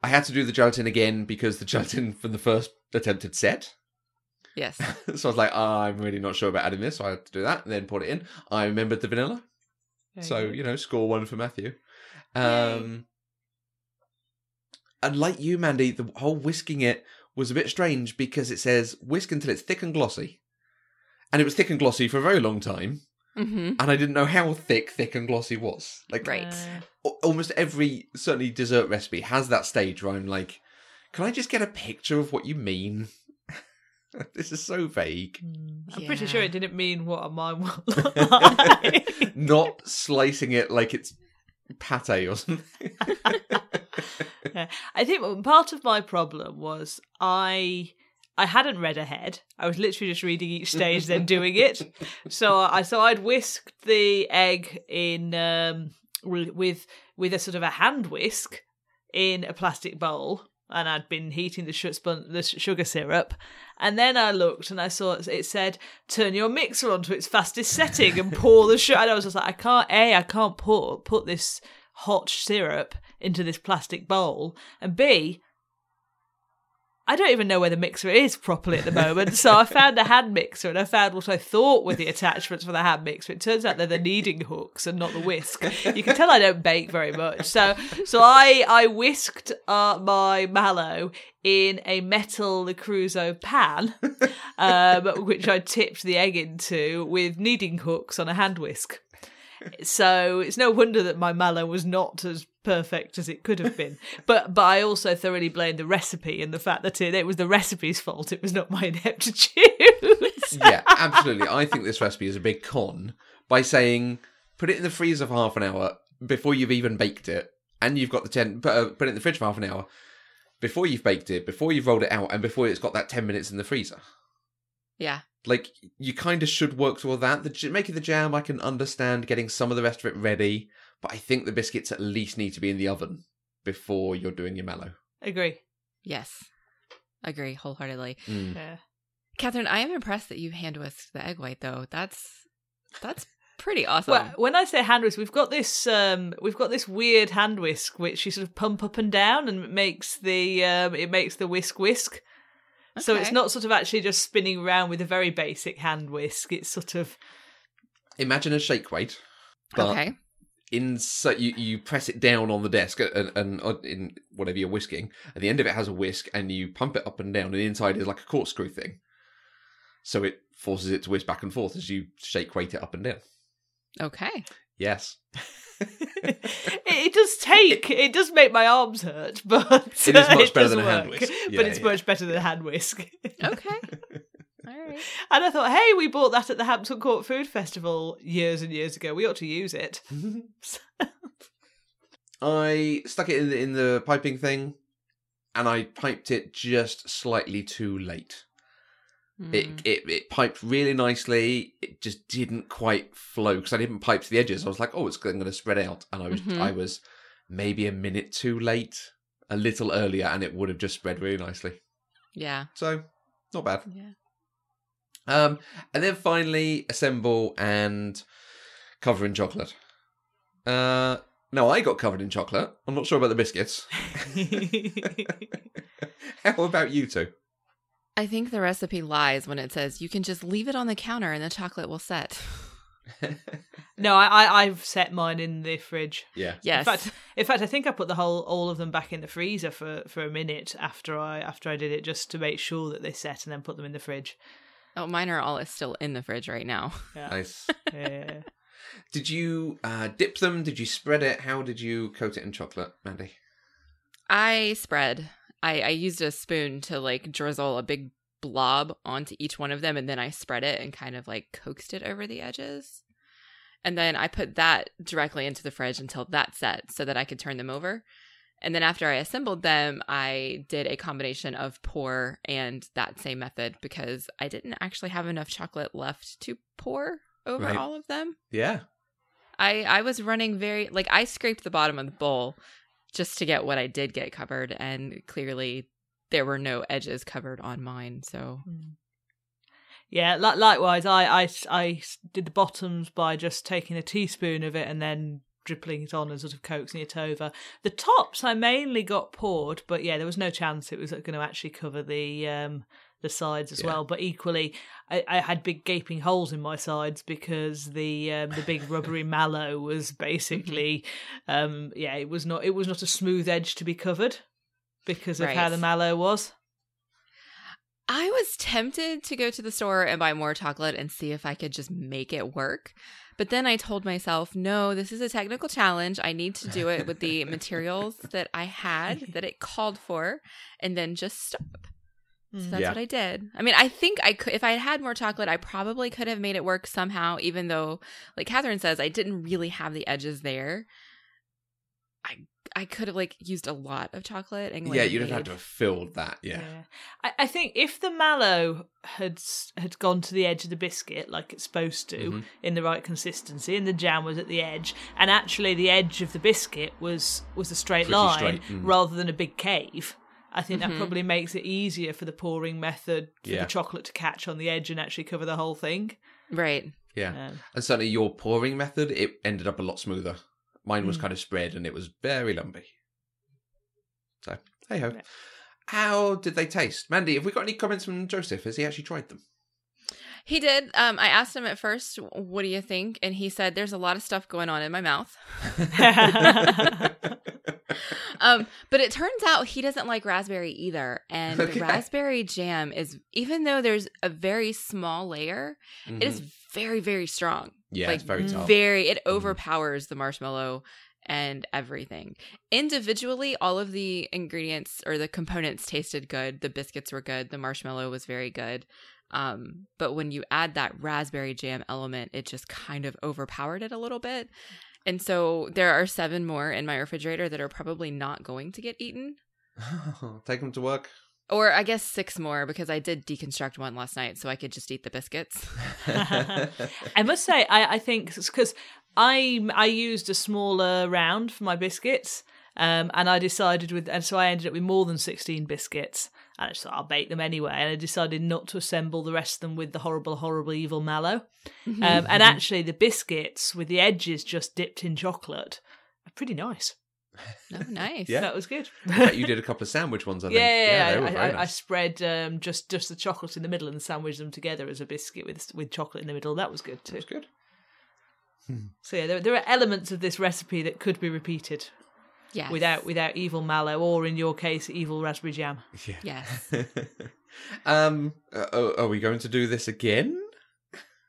I had to do the gelatin again because the gelatin from the first attempt had set.
yes.
So I was like, "Ah, I'm really not sure about adding this. So I had to do that and then poured it in. I remembered the vanilla. So you know, score one for Matthew. Um, and like you, Mandy, the whole whisking it was a bit strange because it says whisk until it's thick and glossy, and it was thick and glossy for a very long time,
Mm-hmm.
and I didn't know how thick thick and glossy was. Like
Right.
Uh,
al- almost every certainly dessert recipe has that stage where I'm like, can I just get a picture of what you mean? this is so vague.
Mm, I'm pretty sure
Yeah.
it didn't mean what mine would look like.
Not slicing it like it's pate or something.
I think part of my problem was I I hadn't read ahead. I was literally just reading each stage, then doing it. So I so I'd whisked the egg in um, wi- with with a sort of a hand whisk in a plastic bowl, and I'd been heating the, su- spun, the s- sugar syrup, and then I looked and I saw it it said turn your mixer onto its fastest setting and pour the sugar. And I was just like, I can't. A, I can't pour put this hot syrup into this plastic bowl, and B, I don't even know where the mixer is properly at the moment. so I found a hand mixer and I found what I thought were the attachments for the hand mixer. It turns out they're the kneading hooks and not the whisk. You can tell I don't bake very much. So so I I whisked uh, my mallow in a metal Cruzo pan, um, which I tipped the egg into with kneading hooks on a hand whisk. So it's no wonder that my mallow was not as perfect as it could have been. But but I also thoroughly blamed the recipe and the fact that it, it was the recipe's fault. It was not my ineptitude.
yeah, absolutely. I think this recipe is a big con by saying put it in the freezer for half an hour before you've even baked it, and you've got the ten. Put, uh, put it in the fridge for half an hour before you've baked it, before you've rolled it out, and before it's got that ten minutes in the freezer.
Yeah.
Like you kind of should work toward that. The j- making the jam, I can understand getting some of the rest of it ready, but I think the biscuits at least need to be in the oven before you're doing your mallow.
Agree.
Yes. Agree wholeheartedly.
Mm.
Yeah.
Catherine, I am impressed that you hand whisked the egg white though. That's that's pretty awesome.
Well, when I say hand whisk, we've got this um, we've got this weird hand whisk which you sort of pump up and down and it makes the um, it makes the whisk whisk. So it's
Okay.
not sort of actually just spinning around with a very basic hand whisk. It's sort of
Imagine a shake weight, but
okay.
in so you, you press it down on the desk and, and, and in whatever you're whisking at the end of it has a whisk and you pump it up and down and inside is like a corkscrew thing so it forces it to whisk back and forth as you shake weight it up and down
Okay.
yes
it, it does take. It does make my arms hurt, but
It is much
uh,
better
does
than a hand
work.
whisk. Yeah,
but it's
yeah.
much better than a hand whisk.
Okay. All right.
and I thought, hey, we bought that at the Hampton Court Food Festival years and years ago. We ought to use it.
i stuck it in the, in the piping thing and i piped it just slightly too late
Hmm. Mm.
It, it it piped really nicely. It just didn't quite flow because I didn't pipe to the edges. I was like, oh, it's going to spread out, and I was
Mhm.
I was maybe a minute too late, a little earlier, and it would have just spread really nicely.
Yeah.
So not bad.
Yeah.
Um, and then finally assemble and cover in chocolate. Uh, Now I got covered in chocolate. I'm not sure about the biscuits. How about you two?
I think the recipe lies when it says you can just leave it on the counter and the chocolate will set.
no, I, I I've set mine in the fridge.
Yeah.
Yes.
In fact, in fact, I think I put the whole all of them back in the freezer for for a minute after I after I did it just to make sure that they set and then put them in the fridge.
oh, mine are all still in the fridge right now.
Yeah.
Nice.
Yeah, yeah, yeah.
Did you uh, dip them? Did you spread it? How did you coat it in chocolate, Mandy?
I spread. I, I used a spoon to like drizzle a big blob onto each one of them and then I spread it and kind of like coaxed it over the edges. And then I put that directly into the fridge until that set so that I could turn them over. And then after I assembled them, I did a combination of pour and that same method because I didn't actually have enough chocolate left to pour over
Right.
all of them.
Yeah.
I I was running very like I scraped the bottom of the bowl just to get what I did get covered, and clearly there were no edges covered on mine. So
Mm. Yeah, li- likewise, I, I s- I s- did the bottoms by just taking a teaspoon of it and then dripping it on and sort of coaxing it over. The tops I mainly got poured, but yeah, there was no chance it was going to actually cover the um, the sides as
Yeah.
well. But equally, I, I had big gaping holes in my sides because the um, the big rubbery mallow was basically, um, yeah, it was not it was not a smooth edge to be covered because of how
Right.
the mallow was.
I was tempted to go to the store and buy more chocolate and see if I could just make it work. But then I told myself, no, this is a technical challenge. I need to do it with the materials that I had that it called for, and then just stop.
Hmm.
So that's
Yeah.
what I did. I mean, I think I could, if I had had more chocolate, I probably could have made it work somehow, even though, like Catherine says, I didn't really have the edges there. I I could have, like, used a lot of chocolate and, like,
yeah, you'd have had
made-
to have filled that. Yeah.
I, I think if the mallow had s- had gone to the edge of the biscuit like it's supposed to
Mhm.
in the right consistency, and the jam was at the edge, and actually the edge of the biscuit was was a straight
Pretty
line
straight, mm.
rather than a big cave. I think that
Mhm.
probably makes it easier for the pouring method for
Yeah.
the chocolate to catch on the edge and actually cover the whole thing.
Right.
Yeah.
Um,
And certainly your pouring method, it ended up a lot smoother. Mine was
Mm.
kind of spread and it was very lumpy. So, hey ho.
Yeah.
How did they taste? Mandy, have we got any comments from Joseph? Has he actually tried them?
He did. Um, I asked him at first, what do you think? And he said, there's a lot of stuff going on in my mouth. um, but it turns out he doesn't like raspberry either. And
Okay.
the raspberry jam is, even though there's a very small layer, it is
Mhm.
very, very strong.
yeah,
like,
it's very Mm-hmm. tough.
very it overpowers the marshmallow and everything individually all of the ingredients or the components tasted good the biscuits were good the marshmallow was very good um but when you add that raspberry jam element it just kind of overpowered it a little bit and so there are seven more in my refrigerator that are probably not going to get eaten
Take them to work.
or i guess six more because i did deconstruct one last night so i could just eat the biscuits
I must say, I, I think because I I used a smaller round for my biscuits, um, and I decided with, and so I ended up with more than sixteen biscuits. And I just thought I'll bake them anyway, and I decided not to assemble the rest of them with the horrible, horrible, evil mallow.
Mm-hmm.
Uh,
Um, and actually, the biscuits with the edges just dipped in chocolate are pretty nice.
oh nice
Yeah.
That was good.
Bet you did a couple of sandwich ones, I
Yeah,
think.
yeah,
they
yeah.
were
I,
very
I, I
nice.
spread um, just just the chocolate in the middle and sandwiched them together as a biscuit with with chocolate in the middle. That was good too.
That's good.
So yeah, there, there are elements of this recipe that could be repeated
yes.
without without evil mallow, or in your case, evil raspberry jam.
Yeah.
yes
um, uh, are, are we going to do this again?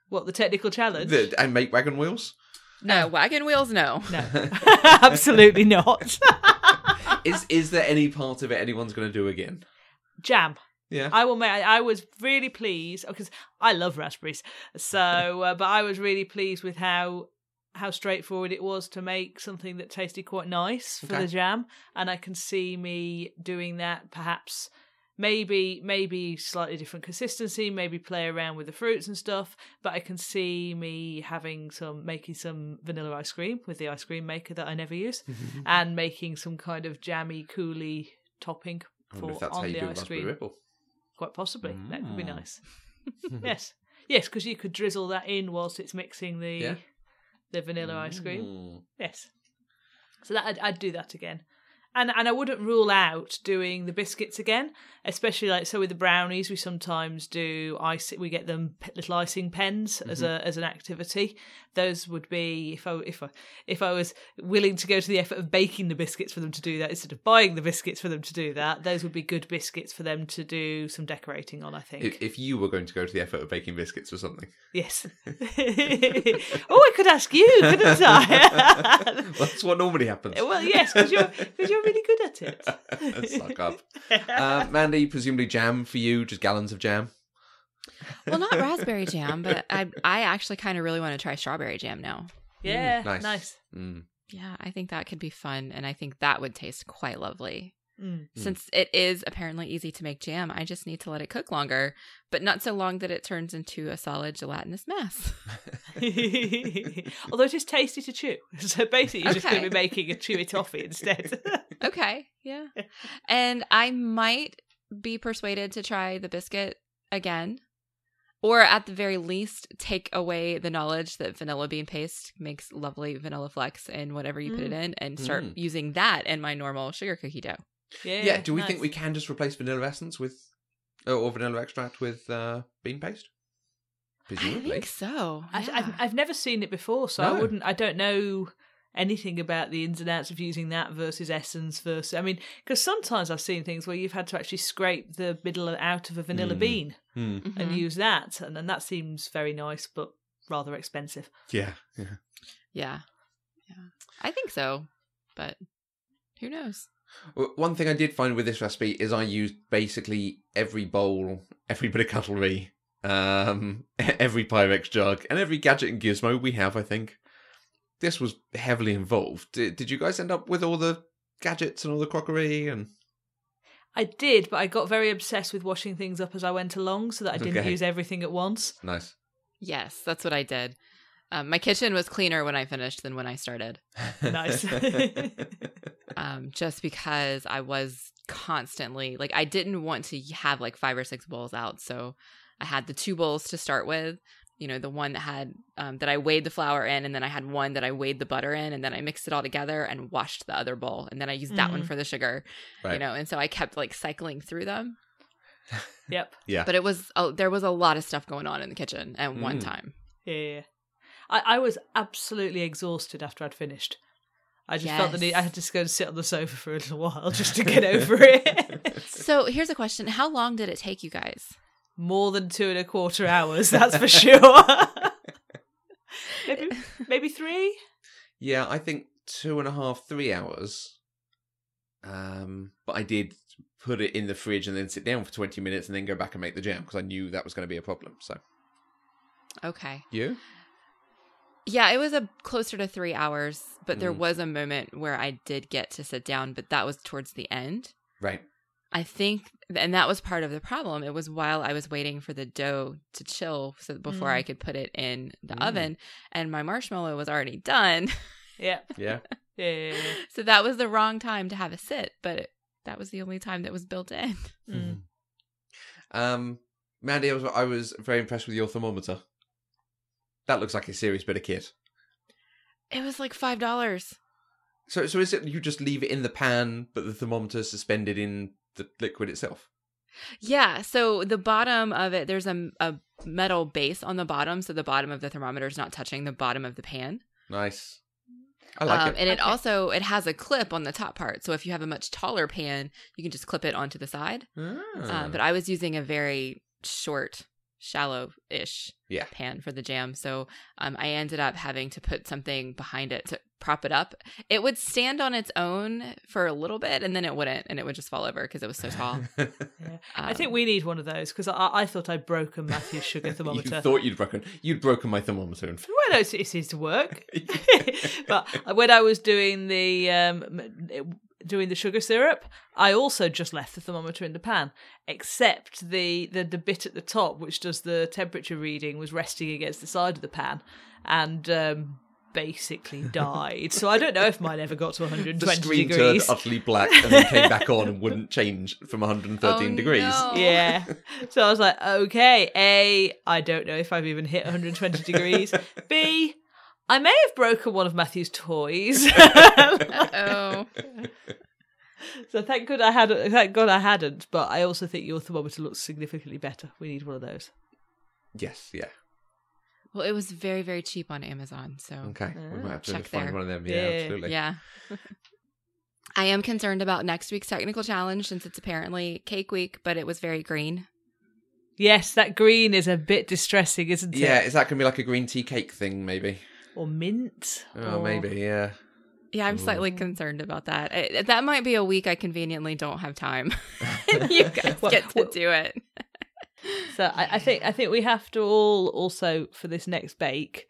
What the technical challenge?
The- and make wagon wheels? uh,
no wagon wheels no
No, absolutely not.
Is is there any part of it anyone's going to do again?
jam.
Yeah.
I will make. I I was really pleased because I love raspberries. So, uh, but I was really pleased with how how straightforward it was to make something that tasted quite nice for
Okay.
the jam, and I can see me doing that perhaps. Maybe, maybe slightly different consistency. Maybe play around with the fruits and stuff. But I can see me having some, making some vanilla ice cream with the ice cream maker that I never use, and making some kind of jammy, cooly topping
I wonder
for
if that's how
on
you
the
do
ice
raspberry
cream.
ripple.
Quite possibly. That could be
Mm.
nice. yes. Yes, because you could drizzle that in whilst it's mixing the
Yeah.
the vanilla ice cream.
Mm.
Yes. So that I'd, I'd do that again. And and I wouldn't rule out doing the biscuits again, especially like so with the brownies. We sometimes do ice. We get them p- little icing pens as a as an activity. Those would be if I if I if I was willing to go to the effort of baking the biscuits for them to do that instead of buying the biscuits for them to do that. Those would be good biscuits for them to do some decorating on. I think.
If, if you were going to go to the effort of baking biscuits or something,
Yes. oh, I could ask you, couldn't I?
that's what normally happens.
well, yes, because you're because you're really good at it.
Suck up, uh, Mandy. Presumably jam for you, just gallons of jam.
Well, not raspberry jam, but I I actually kind of really want to try strawberry jam now.
Yeah,
Mm,
nice.
nice. Mm.
Yeah, I think that could be fun, and I think that would taste quite lovely.
Mm.
Mm.
Since it is apparently easy to make jam, I just need to let it cook longer, but not so long that it turns into a solid gelatinous mess.
Although it is tasty to chew, so basically you're just going
Okay.
to be making a chew it toffee instead.
okay, yeah. And I might be persuaded to try the biscuit again, or at the very least, take away the knowledge that vanilla bean paste makes lovely vanilla flex in whatever you put it in and start
Mm.
using that in my normal sugar cookie dough.
yeah.
Yeah. do we think
nice.
we can just replace vanilla essence with uh, or vanilla extract with uh, bean paste?
I
Presumably.
think so.
I,
yeah.
I've I've never seen it before, so I
No.
wouldn't. I don't know anything about the ins and outs of using that versus essence versus. I mean, because sometimes I've seen things where you've had to actually scrape the middle out of a vanilla
Mm.
bean
Hmm.
Mhm.
and use that, and then that seems very nice, but rather expensive.
Yeah. yeah.
Yeah. Yeah. I think so. But who knows?
W- One thing I did find with this recipe is I used basically every bowl, every bit of cutlery, um, every Pyrex jug, and every gadget and gizmo we have. I think this was heavily involved. Did, did you guys end up with all the gadgets and all the crockery and?
I did, but I got very obsessed with washing things up as I went along so that I didn't
Okay.
use everything at once.
Nice.
Yes, that's what I did. Um, my kitchen was cleaner when I finished than when I started,
Nice.
um, just because I was constantly like I didn't want to have like five or six bowls out, so I had the two bowls to start with. You know, the one that had um, that I weighed the flour in, and then I had one that I weighed the butter in, and then I mixed it all together and washed the other bowl, and then I used that one
Mhm.
for the sugar. You
Mm-hmm. Right.
know, and so I kept like cycling through them.
Yep.
but it was oh, there was a lot of stuff going on in the kitchen at one
Ah. Mm.
time.
Yeah. yeah, yeah. I, I was absolutely exhausted after I'd finished. I just felt the need. I
Yes.
had to just go and sit on the sofa for a little while just to get over it.
So here's a question: How long did it take you guys?
More than two and a quarter hours, that's for sure. maybe, maybe three?
Yeah, I think two and a half, three hours. Um, but I did put it in the fridge and then sit down for twenty minutes and then go back and make the jam because I knew that was going to be a problem. So
Okay,
you?
yeah, it was a closer to three hours, but there
Mm.
was a moment where I did get to sit down, but that was towards the end.
Right.
I think, and that was part of the problem. It was while I was waiting for the dough to chill, so before
Mm.
I could put it in the
Mm.
oven, and my marshmallow was already done.
Yep.
Yeah.
Yeah. yeah, yeah,
Mm.
so that was the wrong time to have a sit, but it, that was the only time that was built in.
yeah. Mm.
Mm-hmm. Um, Mandy, I was I was very impressed with your thermometer. That looks like a serious bit of kit.
It was like five dollars.
So so is it you just leave it in the pan, but the thermometer is suspended in the liquid itself?
Yeah. So the bottom of it, there's a, a metal base on the bottom. So the bottom of the thermometer is not touching the bottom of the pan.
Nice. I like
um,
it.
And it
Okay.
also, it has a clip on the top part. So if you have a much taller pan, you can just clip it onto the side.
Ah.
Um, but I was using a very short, shallow ish
Yeah.
pan for the jam. So um, I ended up having to put something behind it to prop it up. It would stand on its own for a little bit and then it wouldn't. And it would just fall over because it was so tall.
I think
Um,
we need one of those because I, I thought I'd broken Matthew's sugar thermometer.
you thought you'd broken you'd broken my thermometer in fact.
Well, no, it seems to work. but when I was doing the um, doing the sugar syrup, I also just left the thermometer in the pan, except the, the the bit at the top which does the temperature reading was resting against the side of the pan, and. Um, basically died so i don't know if mine ever got to
The
120
screen
degrees
turned utterly black and then came back on and wouldn't change from 113
Oh,
degrees.
no.
Yeah. So I was like, okay, A, I don't know if I've even hit 120 degrees. B, I may have broken one of Matthew's toys.
Oh,
so thank God I had thank God I hadn't, but I also think your thermometer looks significantly better. We need one of those.
Yes, yeah.
well, it was very very cheap on Amazon. So
Okay. we might have to
Check
find
there.
one of them. Yeah,
Yeah.
absolutely.
yeah. I am concerned about next week's technical challenge since it's apparently cake week, but it was very green.
Yes, that green is a bit distressing, isn't it?
Yeah, is that going to be like a green tea cake thing, maybe?
Or mint.
Oh,
or-
maybe, yeah.
Yeah, I'm
Ooh.
slightly concerned about that. I, that might be a week I conveniently don't have time. you guys
Well,
get to
well-
do it.
So I, I think I think we have to all also for this next bake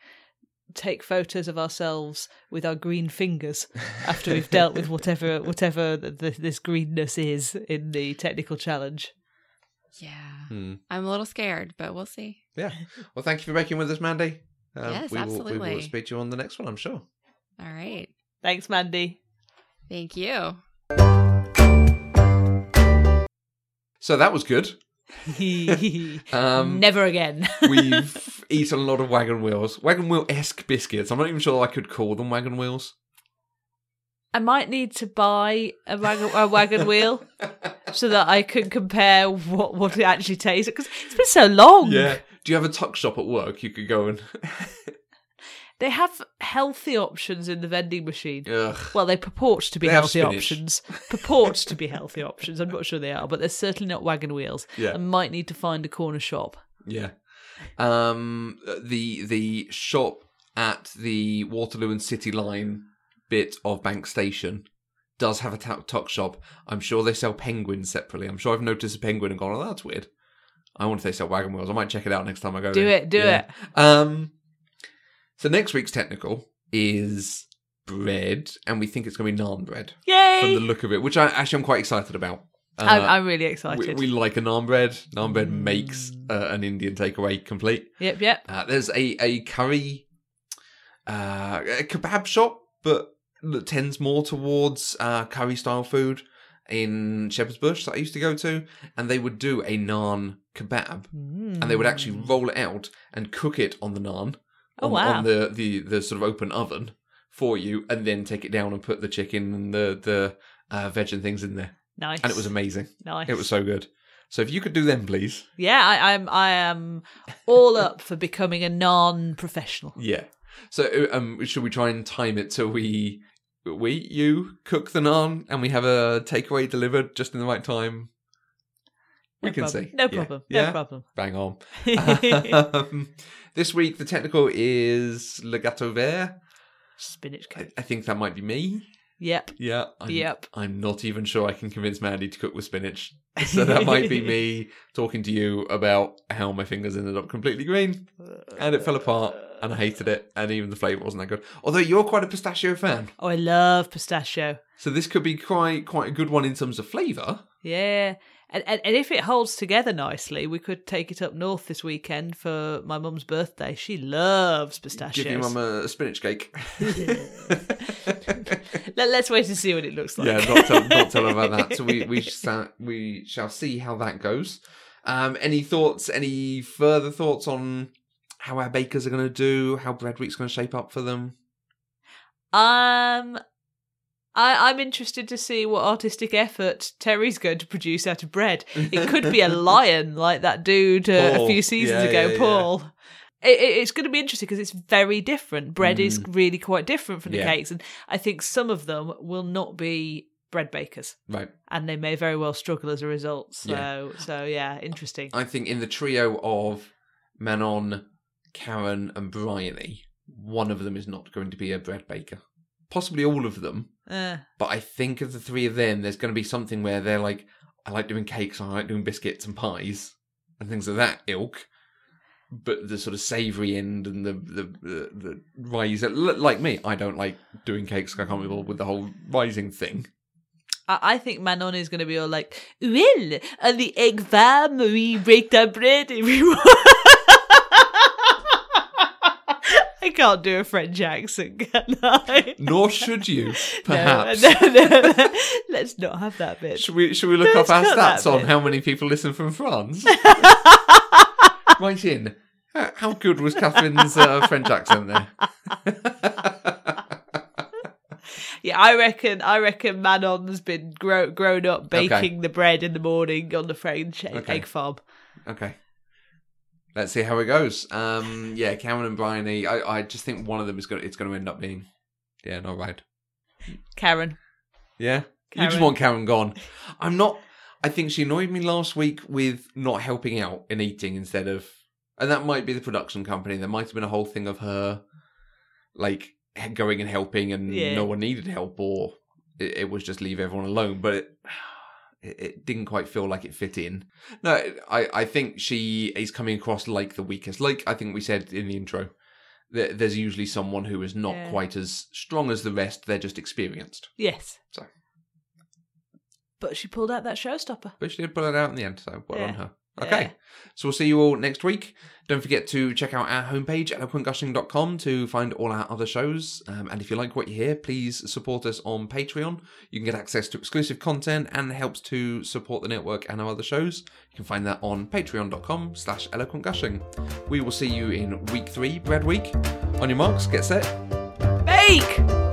take photos of ourselves with our green fingers after we've dealt with whatever whatever the, the, this greenness is in the technical challenge.
Yeah.
Hmm.
I'm a little scared, but we'll see.
Yeah. Well, thank you for making with us, Mandy. Um,
Yes,
we will, We will
absolutely.
speak to you on the next one, I'm sure.
All right.
Thanks, Mandy.
Thank you.
So that was good. Um,
Never again.
we've eaten a lot of wagon wheels, wagon wheel esque biscuits. I'm not even sure I could call them wagon wheels.
I might need to buy a wagon, a wagon wheel so that I can compare what, what it actually tastes because it's been so long.
Yeah. Do you have a tuck shop at work? You could go and.
They have healthy options in the vending machine.
Ugh.
Well, they purport to be
They have
healthy
spinach.
options. Purport to be healthy options. I'm not sure they are, but they're certainly not wagon wheels.
Yeah.
I might need to find a corner shop.
Yeah. Um. The the shop at the Waterloo and City Line bit of Bank Station does have a tuck tuck shop. I'm sure they sell penguins separately. I'm sure I've noticed a penguin and gone, oh, that's weird. I wonder if they sell wagon wheels. I might check it out next time I go.
Do
there.
it, do
Yeah.
it.
Um, so next week's technical is bread, and we think it's going to be naan bread from
Yay!
the look of it, which I actually I'm quite excited about.
I'm,
Uh,
I'm really
we,
excited.
we like a naan bread. Naan bread
Mm.
makes uh, an Indian takeaway complete.
Yep, yep.
Uh, there's a a curry, uh, a kebab shop, but that tends more towards uh, curry style food in Shepherd's Bush that I used to go to, and they would do a naan kebab and they would actually roll it out and cook it on the naan
Mm. Oh,
on,
wow.
on the, the the sort of open oven for you and then take it down and put the chicken and the the uh, veg and things in there
Nice.
and it was amazing
nice.
it was so good so if you could do them please
Yeah, I, I'm. I am all up for becoming a non-professional.
yeah so um should we try and time it so we we you cook the naan and we have a takeaway delivered just in the right time we
no
can
problem.
see
No
Yeah.
problem.
yeah
No problem.
bang on um, this week the technical is legato vert
Spinach
I,
cake.
I think that might be me.
Yep.
Yeah. I'm,
Yep.
I'm not even sure I can convince Mandy to cook with spinach. So that might be me talking to you about how my fingers ended up completely green
Oh,
and it fell apart and I hated it and even the flavour wasn't that good. Although you're quite a pistachio fan.
Oh, I love pistachio.
So this could be quite quite a good one in terms of flavour.
Yeah. And, and and if it holds together nicely, we could take it up north this weekend for my mum's birthday. She loves
Give
pistachios.
your mum a spinach cake.
Let, let's wait and see what it looks like.
Yeah, not tell, not tell her about that. So we we shall, we shall see how that goes. Um, any thoughts? Any further thoughts on how our bakers are going to do? How bread week's going to shape up for them?
Um, I, I'm interested to see what artistic effort Terry's going to produce out of bread. It could be a lion like that dude uh,
Paul.
a few seasons
Yeah,
ago,
yeah, yeah.
Paul. It, it- it's going to be interesting because it's very different. Bread is really quite different from the
Mm. Yeah.
cakes, and I think some of them will not be bread bakers,
Right.
and they may very well struggle as a result. So,
Yeah.
so yeah, interesting.
I think in the trio of Manon, Karen, and Bryony, one of them is not going to be a bread baker. Possibly all of them,
Uh,
but I think of the three of them, there's going to be something where they're like, I like doing cakes, I like doing biscuits and pies and things of that ilk. But the sort of savoury end and the the the, the rise, l- like me, I don't like doing cakes. I can't be bothered with the whole rising thing.
I, I think Manon is going to be all like, "Well, on the egg farm, we break the bread and we." I can't do a French accent, can I?
Nor should you, perhaps.
No, no, no, no. Let's not have that bit.
Should we should we look up
Let's
our
cut that
stats on
bit.
how many people listen from France? right in. How how good was Catherine's uh, French accent there?
Yeah, I reckon. I reckon Manon's been grow, grown up baking the bread in the morning on the French egg,
Okay.
egg farm.
okay. Let's see how it goes. Um, yeah, Cameron and Bryony. I, I just think one of them is going. to It's going to end up being, yeah, not right.
Karen,
Yeah, you just
Karen.
want Karen gone. I'm not. I think she annoyed me last week with not helping out and eating instead of, and that might be the production company. There might have been a whole thing of her, like he- going and helping, and
Yeah.
no one needed help, or it, it was just leave everyone alone. But it, it, it didn't quite feel like it fit in. No, I I think she is coming across like the weakest. Like I think we said in the intro, there, there's usually someone who is not
Yeah.
quite as strong as the rest. They're just experienced.
yes.
Sorry.
But she pulled out that showstopper.
But she did put it out in the end, so well
Yeah.
on her.
Yeah.
Okay. So we'll see you all next week. Don't forget to check out our homepage at eloquentgushing.com to find all our other shows. Um, and if you like what you hear, please support us on Patreon. You can get access to exclusive content and helps to support the network and our other shows. You can find that on patreon.com slash eloquentgushing. We will see you in week three, Bread Week. On your marks, get set,
Bake.